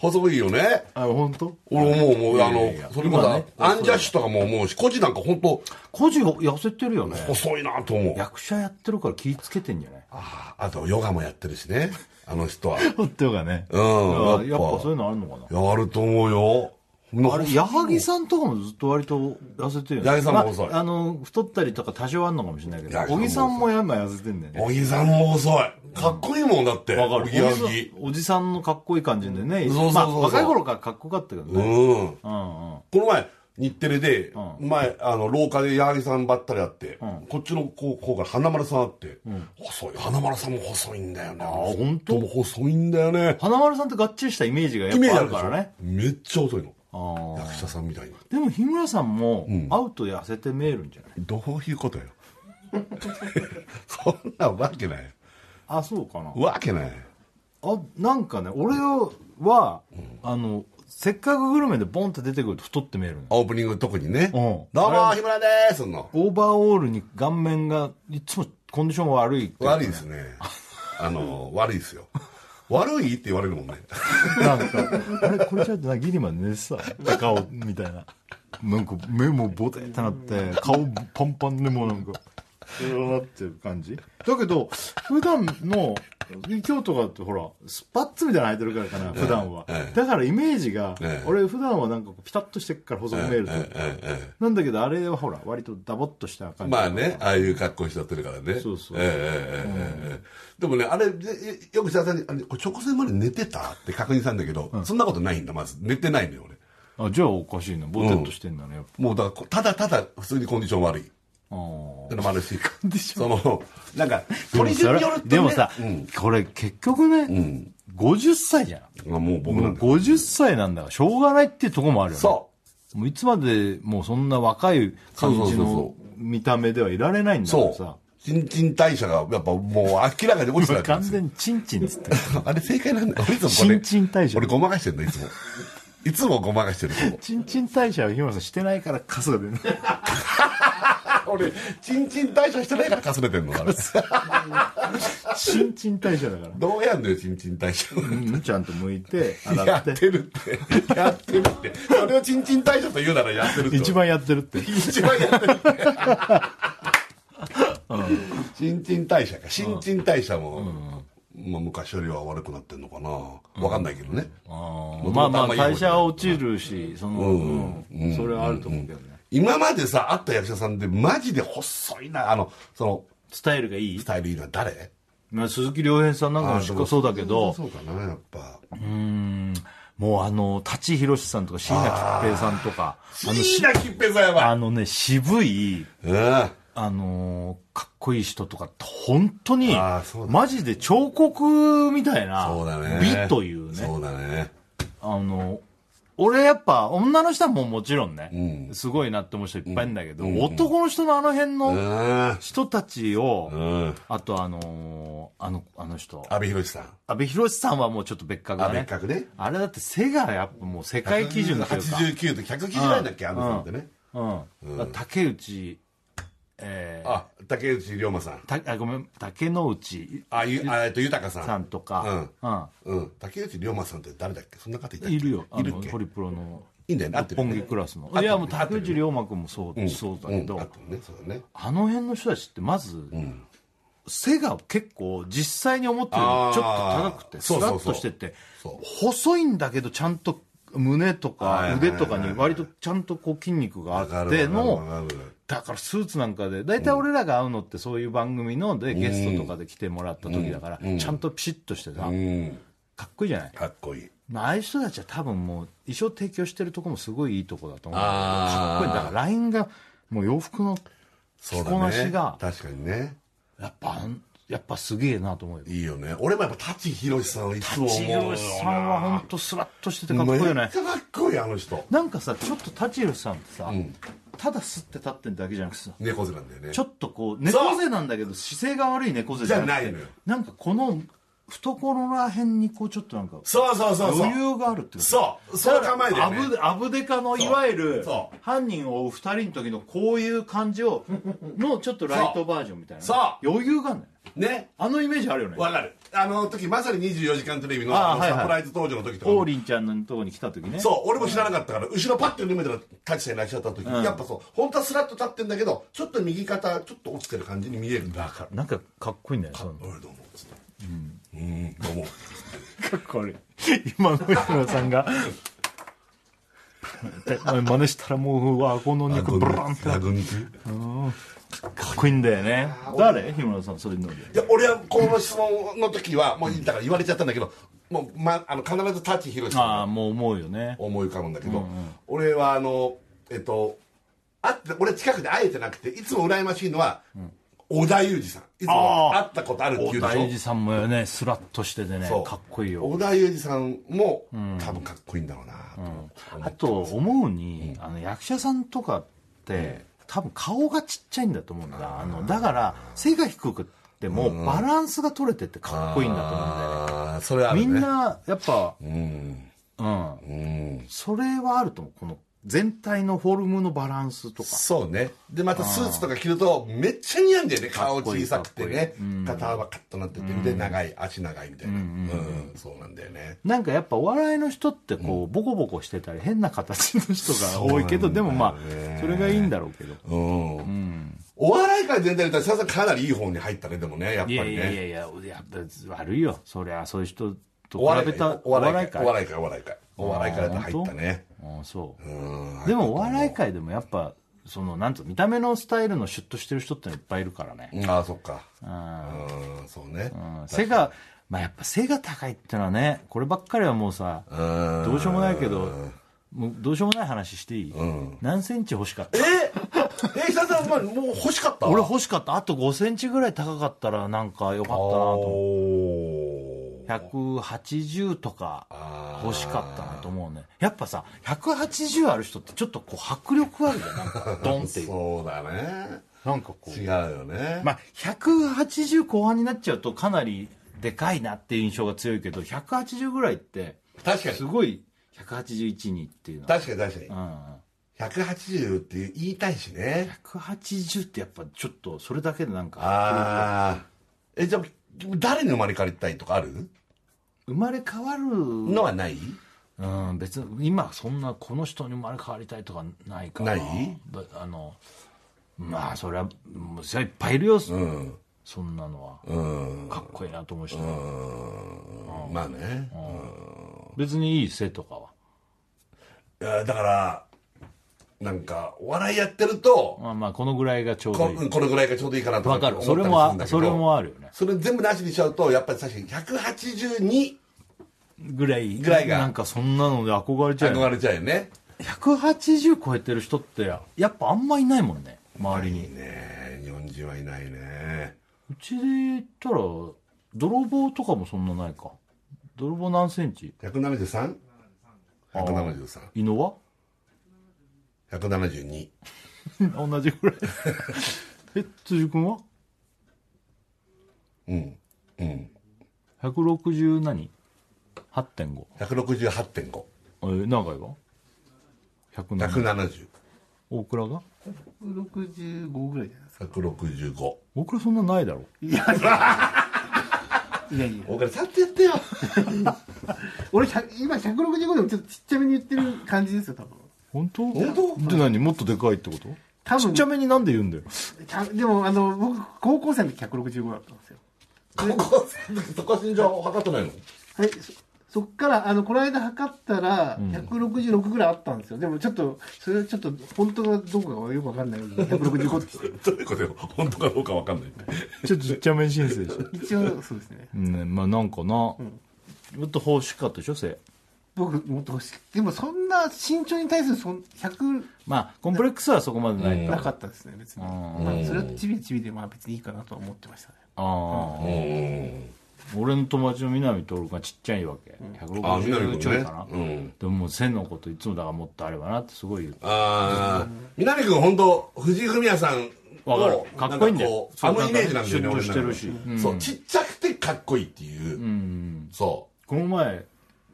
細いよね。
あ本当
俺思う、思う、あ
いや
の
いや、
それこそ、
今ね
アンジャッシュとかも思うし、コジなんか本当、
個人痩せてるよね
細いなと思う。
役者やってるから気ぃつけてんじゃない
ああと、ヨガもやってるしね、あの 人は。
ホットヨガね
うん
あ
や
や
っ
っ
ぱ
ぱそういうのあるのかな
やると思うよ。な
あれ矢作さんとかもずっと割と痩せてるよね
矢作さんも細い
まああの太ったりとか多少あんのかもしれないけど
矢作さんも
小木さんも今痩せてんだよね
小木さんも細い。かっこいいもんだって。
わか
小
る
木小木。
おじさんのかっこいい感じでね
そうそうそう
まあ若い頃からかっこよかったけど
う
ね
ん。
うんうん
この前、日テレで、前、あの、廊下で矢作さんばったりあって、こっちのこう方から花丸さんあって、細い。花丸さんも細いんだよね。あ、
本当
も細いんだよね。
花丸さんってがっちりしたイメージがや
イ
っ
メージ
ぱ
あ
あ
る
る
か
からら
ね
ね。
めっちゃ細いの。
あー
役者さんみたいに。
でも日村さんも会うと痩せて見えるんじゃない
どういうことよ。そんなわけない。
あそうかな
わけない。
あなんかね俺をは、あのせっかくグルメでボンって出てくると太って見えるの
オープニング特にね。
うん
どうも、日村ですの。
オーバーオールに顔面がいつもコンディション悪いって
悪いです ね。あの、悪いですよ。悪いって言われるも んね。
なんかあれこれじゃなギリまで寝てた顔みたいななんか目もボテってなって顔パンパンでもうなんかうわーってる感じだけど普段の京都がってほらスパッツみたいなの履いてるからかな普段は、
ええ
だからイメージが、
ええ
俺普段はなんかこうピタッとしてっから細く見えると、
えええ
なんだけどあれはほら割とダボっとした
え
感じ
まあね、ああいう格好しちゃってるからね。
そうそう
ええええええええでもね、あれ、えよく設楽さんに、あれ、これ直前まで寝てたって確認したんだけど、そんなことないんだ、まず。寝てないのよ、俺。
あじゃあおかしいなボテッとしてんだねやっぱ、
もうだから、ただただ普通にコンディション悪い。
あー
でもあるし、その、なんか、鳥
そ
順
れ
によると、ね、
でもさ、
うん
これ結局ね、50歳じゃん。
まあもう僕
も
な
うん
か、
50歳なんだから、しょうがないっていうとこもあるよね。。
そう
もういつまでもうそんな若い感
そう
じ
そうそう
の
そ
見た目ではいられないん
う、
だから
そ
さ。
う、新陳代謝がやっぱもう明らかに落ちたわけ
完
ですよ
全にチンチンっつってる。
あれ正解なんだよ。俺いつもこれ
新陳代謝
俺。ごまかしてんだ、いつも。いつもごまかしてる。こ
チンチン代謝は日村さんしてないからカスが 出る。
こ俺、新陳代謝してないからかすれてんの、あれ。
チンチン代謝だから。
どうやんのよ、新陳代謝。
うん、ちゃんと剥いて、洗
や
っ
って
て。
るって。やってるって。それを新陳代謝と言うならやってるって。
一番やってるって。
一番やってる新陳代謝か新陳代謝も、まあ、昔よりは悪くなってんのかな分かんないけどね、
うんまあまあ、代謝は落ちるし、その、うんそれはあると思うけどね。
今までさ会った役者さんでマジで細いなあのその
スタイルがいい
スタイルいいのは誰
まあ、鈴木亮平さんなんかもしっかそうだけど、
そうかなやっぱ
うん、もうあの、舘ひろしさんとか、椎名桔平さんとか、あの
椎
し
名桔平さんやばい
あのね、渋い、
うんあ
あのーかっこいい人とかって、本当に
あーそう、だ
マジで彫刻みたいな
そうだね
美というね、
そうだね
あの、俺やっぱ女の人はもうもちろんね、
う
すごいなって思う人いっぱいいるんだけど、男の人のあの辺
う
の
ん
人たちを、
うん
あとあのーあの、あの人、
阿部寛さん
阿部寛さんはもうちょっと別格だ
阿
ね
部。格ね
あれだって背がやっぱもう世界基準というか。
89と190なんだっけあの人ってね
うん。だから竹内、えー、
あ竹内涼真さん
たあごめん、竹之内
あゆあえっと豊さん
さんとか、
うん、竹内涼真さんって誰だっけそんな方いたっ
うん
け
いるよ。あ
いる
の
っけ
ホリプロの
いいんだよね合ってるよ
本
ね
気クラスの。
る
いや、もう竹内涼真君もそう,、そうだけど、
うん合ってるねそうだね
あの辺の人たちってまず、背が結構実際に思ってるよ
あー
りちょっと高くてス
そう
ラ
そうそう
ッとしてて
そ
細いんだけどちゃんと胸と
はい
か
はいはい
腕とかに割とちゃんとこう筋肉が
わか
あ
る
って
わ
の
かるわかる
だからスーツなんかで大体俺らが会うのってそういう番組のでゲストとかで来てもらった時だからちゃんとピシッとしてさ
うん
かっこいいじゃない
かっこいい
まあああいう人たちは多分もう衣装提供してるとこもすごいいいとこだと思うんだけど
あー
かっこいいだからラインがもう洋服の
そ
着
う
こ
だ
なし
ね
が
確かにね
やっぱ、やっぱすげえなと思うよ。
いいよね俺もやっぱ舘ひろしさんをいつも思う
舘ひろしさんは本当スラッとしててかっこ
め
いい
っち
よ
ゃ
ね。
かっこいいあの人
なんかさ、ちょっと舘ひろしさんってさ、ただ吸って立ってるだけじゃなくてさ、
猫背なんだよね
ちょっとこう、猫背なんだけど姿勢が悪い猫背じゃなくて
じゃないのよ
なんかこの懐ら辺にこうちょっとなんか、
そうそうそうそう
余裕があるっていうか
そうその構えだよね
アブアブデカのいわゆる
そう
犯人を追う二人の時のこういう感じをのちょっとライトバージョンみたいなね
そう
余裕があるね
ね
あのイメージあるよね
わかるあの時まさに『24時間テレビの』
あー
あの
はいはい
サプライズ登場の時とか
王
も
林ちゃんのとこに来た時ね
そう俺も知らなかったから後ろパッて見めたら舘さんいらっしゃった時、やっぱそう本当はスラッと立ってんだけどちょっと右肩ちょっと落ちてる感じに見えるんだから
なんかかっこいいんだよその
「俺どうも」つって「うんどうも
かっこ悪い今の吉村さんがえ真似したらもう顎の」肉ブランって
ラグンっていう
かっこいいんだよね誰日村さんそれに乗る
いや俺はこの質問の時はもうだから言われちゃったんだけどもう、ま、あの必ず舘ひろし
あ
さ
あ
んが
もう思うよね
思い浮かぶんだけど、俺はあのえっと会って俺近くで会えてなくていつも羨ましいのは、織田裕二さんいつも会ったことあるっていうでしょ
大地さんもねスラッとしててね
そう
かっこいいよ
織田裕二さんも、多分かっこいいんだろうなと思って、
あと思うに、あの役者さんとかって、多分顔がちっちゃいんだと思うんだあのだから背が低くってもバランスが取れててかっこいいんだと思うんだよね
ああそれある
み
ね
んなやっぱ
うん
う
う
ん
ん
それはあると思うこの全体のフォルムのバランスとか
そうねでまたスーツとか着るとめっちゃ似合うんだよね顔
こいい
小さくて
かっ
ね肩はカッとなっててで長い足長いみたいなうんそうなんだよね
なんかやっぱお笑いの人ってこうボコボコしてたり変な形の人が多いけ
そうなんだよ
ど、
ね
でもまあそれがいいんだろうけど
うんお笑い界全体で言ったらささかなりいい方に入ったねでもねやっぱり
いやいやい
ね
やいややっぱ悪いよそりゃそういう人と
お笑
比べ
い
た
界お笑い
界
界お笑い界お笑い界お笑い界だと入ったね
うんそう
うん
でもお笑い界でもやっぱそのなんと見た目のスタイルのシュッとしてる人ってのいっぱいいるからね、
ああそっか
うん
うんそうね
うん背がまあやっぱ背が高いってのはねこればっかりはもうさ
うん
どうしようもないけどもうどうしようもない話していい、何センチ欲しかった
ええ久々お前もう欲しかった
俺欲しかったあと5センチぐらい高かったらなんかよかったなと
おー
思う180とか
あー
欲しかったなと思うねやっぱさ180ある人ってちょっとこう迫力あるじゃんなんかドンってい う
そうだね
なんかこう
違うよね
まあ、180後半になっちゃうとかなりでかいなっていう印象が強いけど180ぐらいって
確かに
すごい181にっていうのは、
確かに確
う
かに
ん、
180って言いたいしね
180ってやっぱちょっとそれだけでなんか
ああえじゃあ誰に生まれ変わりたいとかある
生まれ変わる、
のはない
うん、別に今そんなこの人に生まれ変わりたいとかないから
ない
ぶあのまあそれはもうそれはいっぱいいるよ、
うん
そんなのは、
うん
かっこいいなと思うし、
うんまあね
別にいい背とかはい
やだからなんかお笑いやってると
まあまあこのぐらいがちょうど
こ
いい
このぐらいがちょうどいいかなとか
わ
って
かる
思った
そ
り
れ
す
も
るんだ
あ
けど
それもあるよね
それ全部なしにしちゃうとやっぱり確かに182
ぐらい
ぐらいが
なんかそんなので憧れちゃうよ
憧れちゃうよね
180超えてる人ってやっぱあんまいないもんね周りに、
いいね日本人はいないね
うちで言ったら泥棒とかもそんなないか泥棒何センチ
173?173
犬は
172
同じぐらい え辻君は
うんうん
160何 ?8.5
168.5
えー長いは
170
170大倉が
165ぐらいじゃないですか
165
大倉そんなないだろ
いやいやいやいや
大倉さんってやってよ
俺100今165でもちょっとちっちゃめに言ってる感じですよ多分
本当
本当
って何もっとでかいってこと
多
ちっ
分
ちゃめになんで言うんだよ
ちゃでもあの僕高校生の時165だったんですよ
高校生の時そこ身長測ってないの
はい、そそっからあのこの間測ったら166ぐらいあったんですよ、でもちょっとそれはちょっと本当がどうかがよくわかんないので165って言っ
どういうことよ本当かどうか分かんない
ちょっとちっちゃめに申請 して
て一応そうですね
ねまあなんかな、もっと欲しかったでしょ背
僕もっと欲しいでもそんな身長に対するそん100
まあコンプレックスはそこまでないから、
なかったですね別に、
うん
まあ、それはちびちびでまあ別にいいかなとは思ってましたね
ああ、
うん
俺の友達の南徹がちっちゃいわけ、
あみなり
160ち
君
ょい
ね
かな、
うん
でももう背のこといつもだからもっとあればなってすごい言う
ああみなり君本当藤井フミヤさん
わかる
の
かっこいいんだよ
なかこう
そう
あのイメージなんだよね
なんかシュッと
俺の中で
してるしうん
そうちっちゃくてかっこいいっていう
うん
そ
この前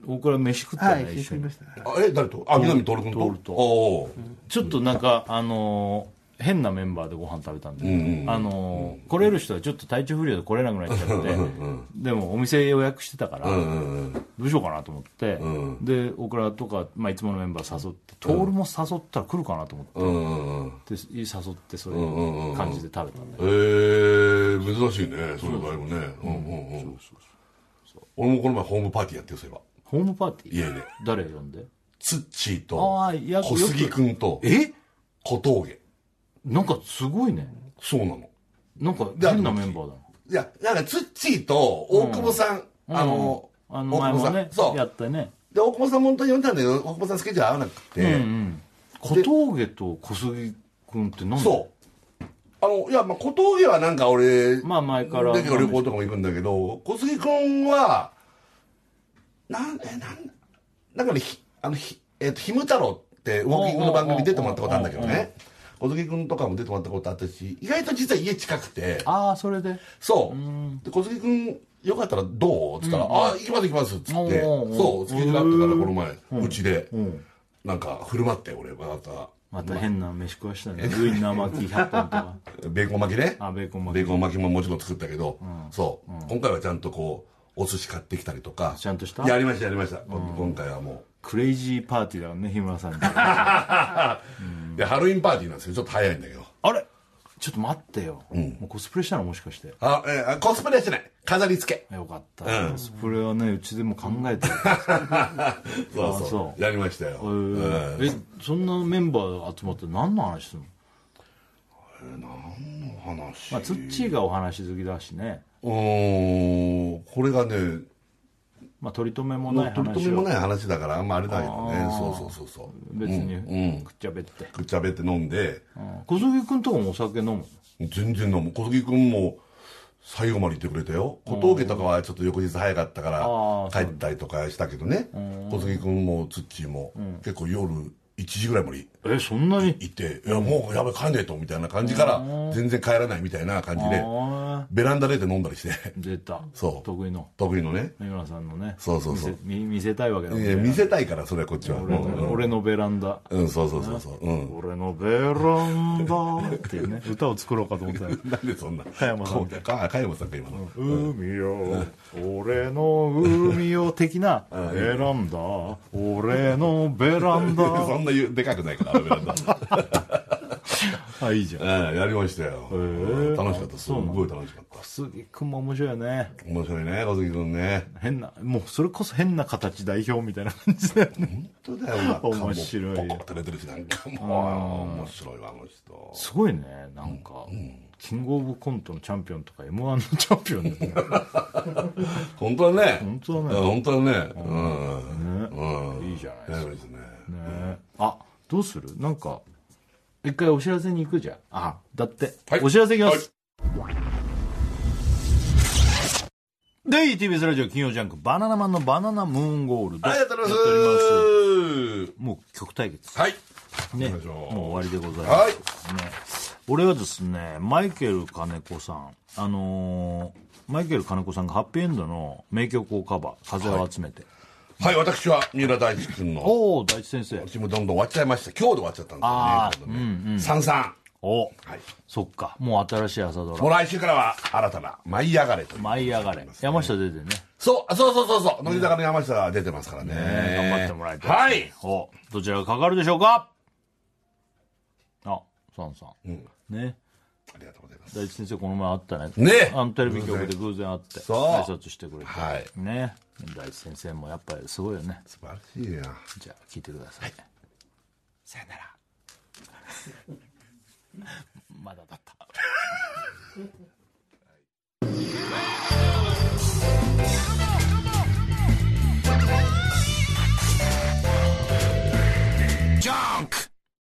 大倉飯食った
は
ね、
い聞
一
い
緒
てみま
に
したね
うあえ誰とあ南徹君と
徹と
おー
ちょっとなんか、あのー変なメンバーでご飯食べたんで、
んうん
あのー来れる人はちょっと体調不良で来れなくなっちゃってでもお店予約してたから、
うんうんうん
どうしようかなと思って、
う
でオクラとか、まあ、いつものメンバー誘って徹も誘ったら来るかなと思って、
うんうん
で誘ってそう
うんうん
いううん感じで食べたんだよ
えー、珍しいねそういう場合もねうんうんうん俺もこの前ホームパーティーやってよそういえば
ホームパーティー
家で
誰呼んで
ツッチーと
あーや
小杉君と
え
小峠
なんかすごいね
そうなの
なんか
で
変なメンバーだない
やなんかツッチーと大久保さん、あの、
あの前
大久
も
保さ
ね
んそ
や
う
ってね
で大久保さん本当に呼んだんだけど大久保さんスケジュール合わなくて、
うん小峠と小杉君って何
そうあのいやまあ小峠はなんか俺
まあ前から
だけど旅行とかも行くんだけど小杉君はなんえなんなんかねひあのひ,、えっとひむ太郎ってウォーキングの番組出てもらったことあるんだけどね小杉君とかも出てもらったことあったし意外と実は家近くて
ああそれで
そうで小杉君よかったらどう?」っつったら「あ行きます行きます」っつ
お
っ
ー
て
おー
そうスケジュールあったからこの前
ん
うちで
うん
なんか振る舞って俺また
また変な飯食わしたねウインナー巻き100本と か
ベーコン巻きね
あベーコン巻
ベ
き
ーコン巻きももちろん作ったけど、
ん
そう、今回はちゃんとこうお寿司買ってきたりとか
ちゃんとした
やりましたやりました、今回はも
クレイジーパーティーだからね日村さんに
うでハロウィンパーティーなんですよちょっと早いんだけど
あれちょっと待ってよ、もうコスプレしたのもしかして
あ、えーあコスプレはしてない飾り付け
よかった、
うん
コスプレはねうちでも考えてる
そうそう
あそう
やりましたよ、
えーえそんなメンバー集まって何の話するの、
うん話
まあ、ツッチーがお話好きだしね、
うーんこれがね
まあ、取り留めも
も
ないう
取り
話
留めも
を
ない話だからあんまあれだけどねそうそうそうそう
別
うんう
に
ん
くっちゃべって、
くっちゃべって飲んで
うん小杉君とかもお酒飲むの
全然飲む小杉君も最後までいてくれたよ小峠とかはちょっと翌日早かったか
あー
ら帰ったりとかしたけどね小杉君もツッチーも結構夜1時ぐらいまで
えそんなに
行って「いやもうやべ帰んねえと」みたいな感じから全然帰らないみたいな感じで
ああ
ベランダ出て飲んだりして
出た
そう
得意の
得意のね
三村さんのね
そうそうそう
見せ見見せたいわけだもん
い
ね
や見せたいからそれはこっちは
俺
うん
の俺のベランダ
うんそうそうそうそううん
俺のベランダっていうね 歌を作ろうかと思ったよ
なんでそんな
加山さんみた
こうか加山さんか今の
海よ俺の海よ的な
うん
ベランダ俺のベラ ン
そ
ダ
んな言うでかくないからベランダ
あいいじゃん
うんやりましたよ、うん楽しかったすごい楽しかった
小杉君も面白いよね
面白いね小杉君ね
変なもうそれこそ変な形代表みたいな感じだよね
本当だよなんかもう
面白いよ
ポコッと出てるしなんかもう面白いわあの人
すごいねなんか、キングオブコントのチャンピオンとか m 1のチャンピオンだよね
本当だね
本当だ
う
ね
ん本当だねうん、うん
いいじゃないで
や
す
りましたね
かねあどうするなんか一回お知らせに行くじゃんあだって、
はい
お知らせいきます、で TBS ラジオ金曜ジャンク「バナナマンのバナナムーンゴールド」
はいありがとうござい
やっておりま
ます
もう曲対決
はい行
ねも
きましょう
う終わりでございます、
はい
俺はですねマイケル金子さんあのーマイケル金子さんがハッピーエンドの名曲をカバー「風を集めて」
はい私は三浦大知君の
おお大地先生
私もどんどん終わっちゃいました今日で終わっちゃった
あ
んですよね今度ね三三
お、
はい
そっかもう新しい朝ド
もう
ラ
来週からは新たな「舞い上がれ」という
「舞い上がれ」山下出てね
そうあそうそうそうそう乃木坂の山下が出てますからね
頑張ってもらいたい
は
です
い
ねおどちらがかかるでしょうかあサンさん、ね
ありがとうございます
大地先生この前会ったね
ね
あのテレビ局で偶然会って
そう
挨拶してくれて、
はい
ね大地先生もやっぱりすごいよね
素晴らしいな
じゃあ聞いてください、さよな らまだだった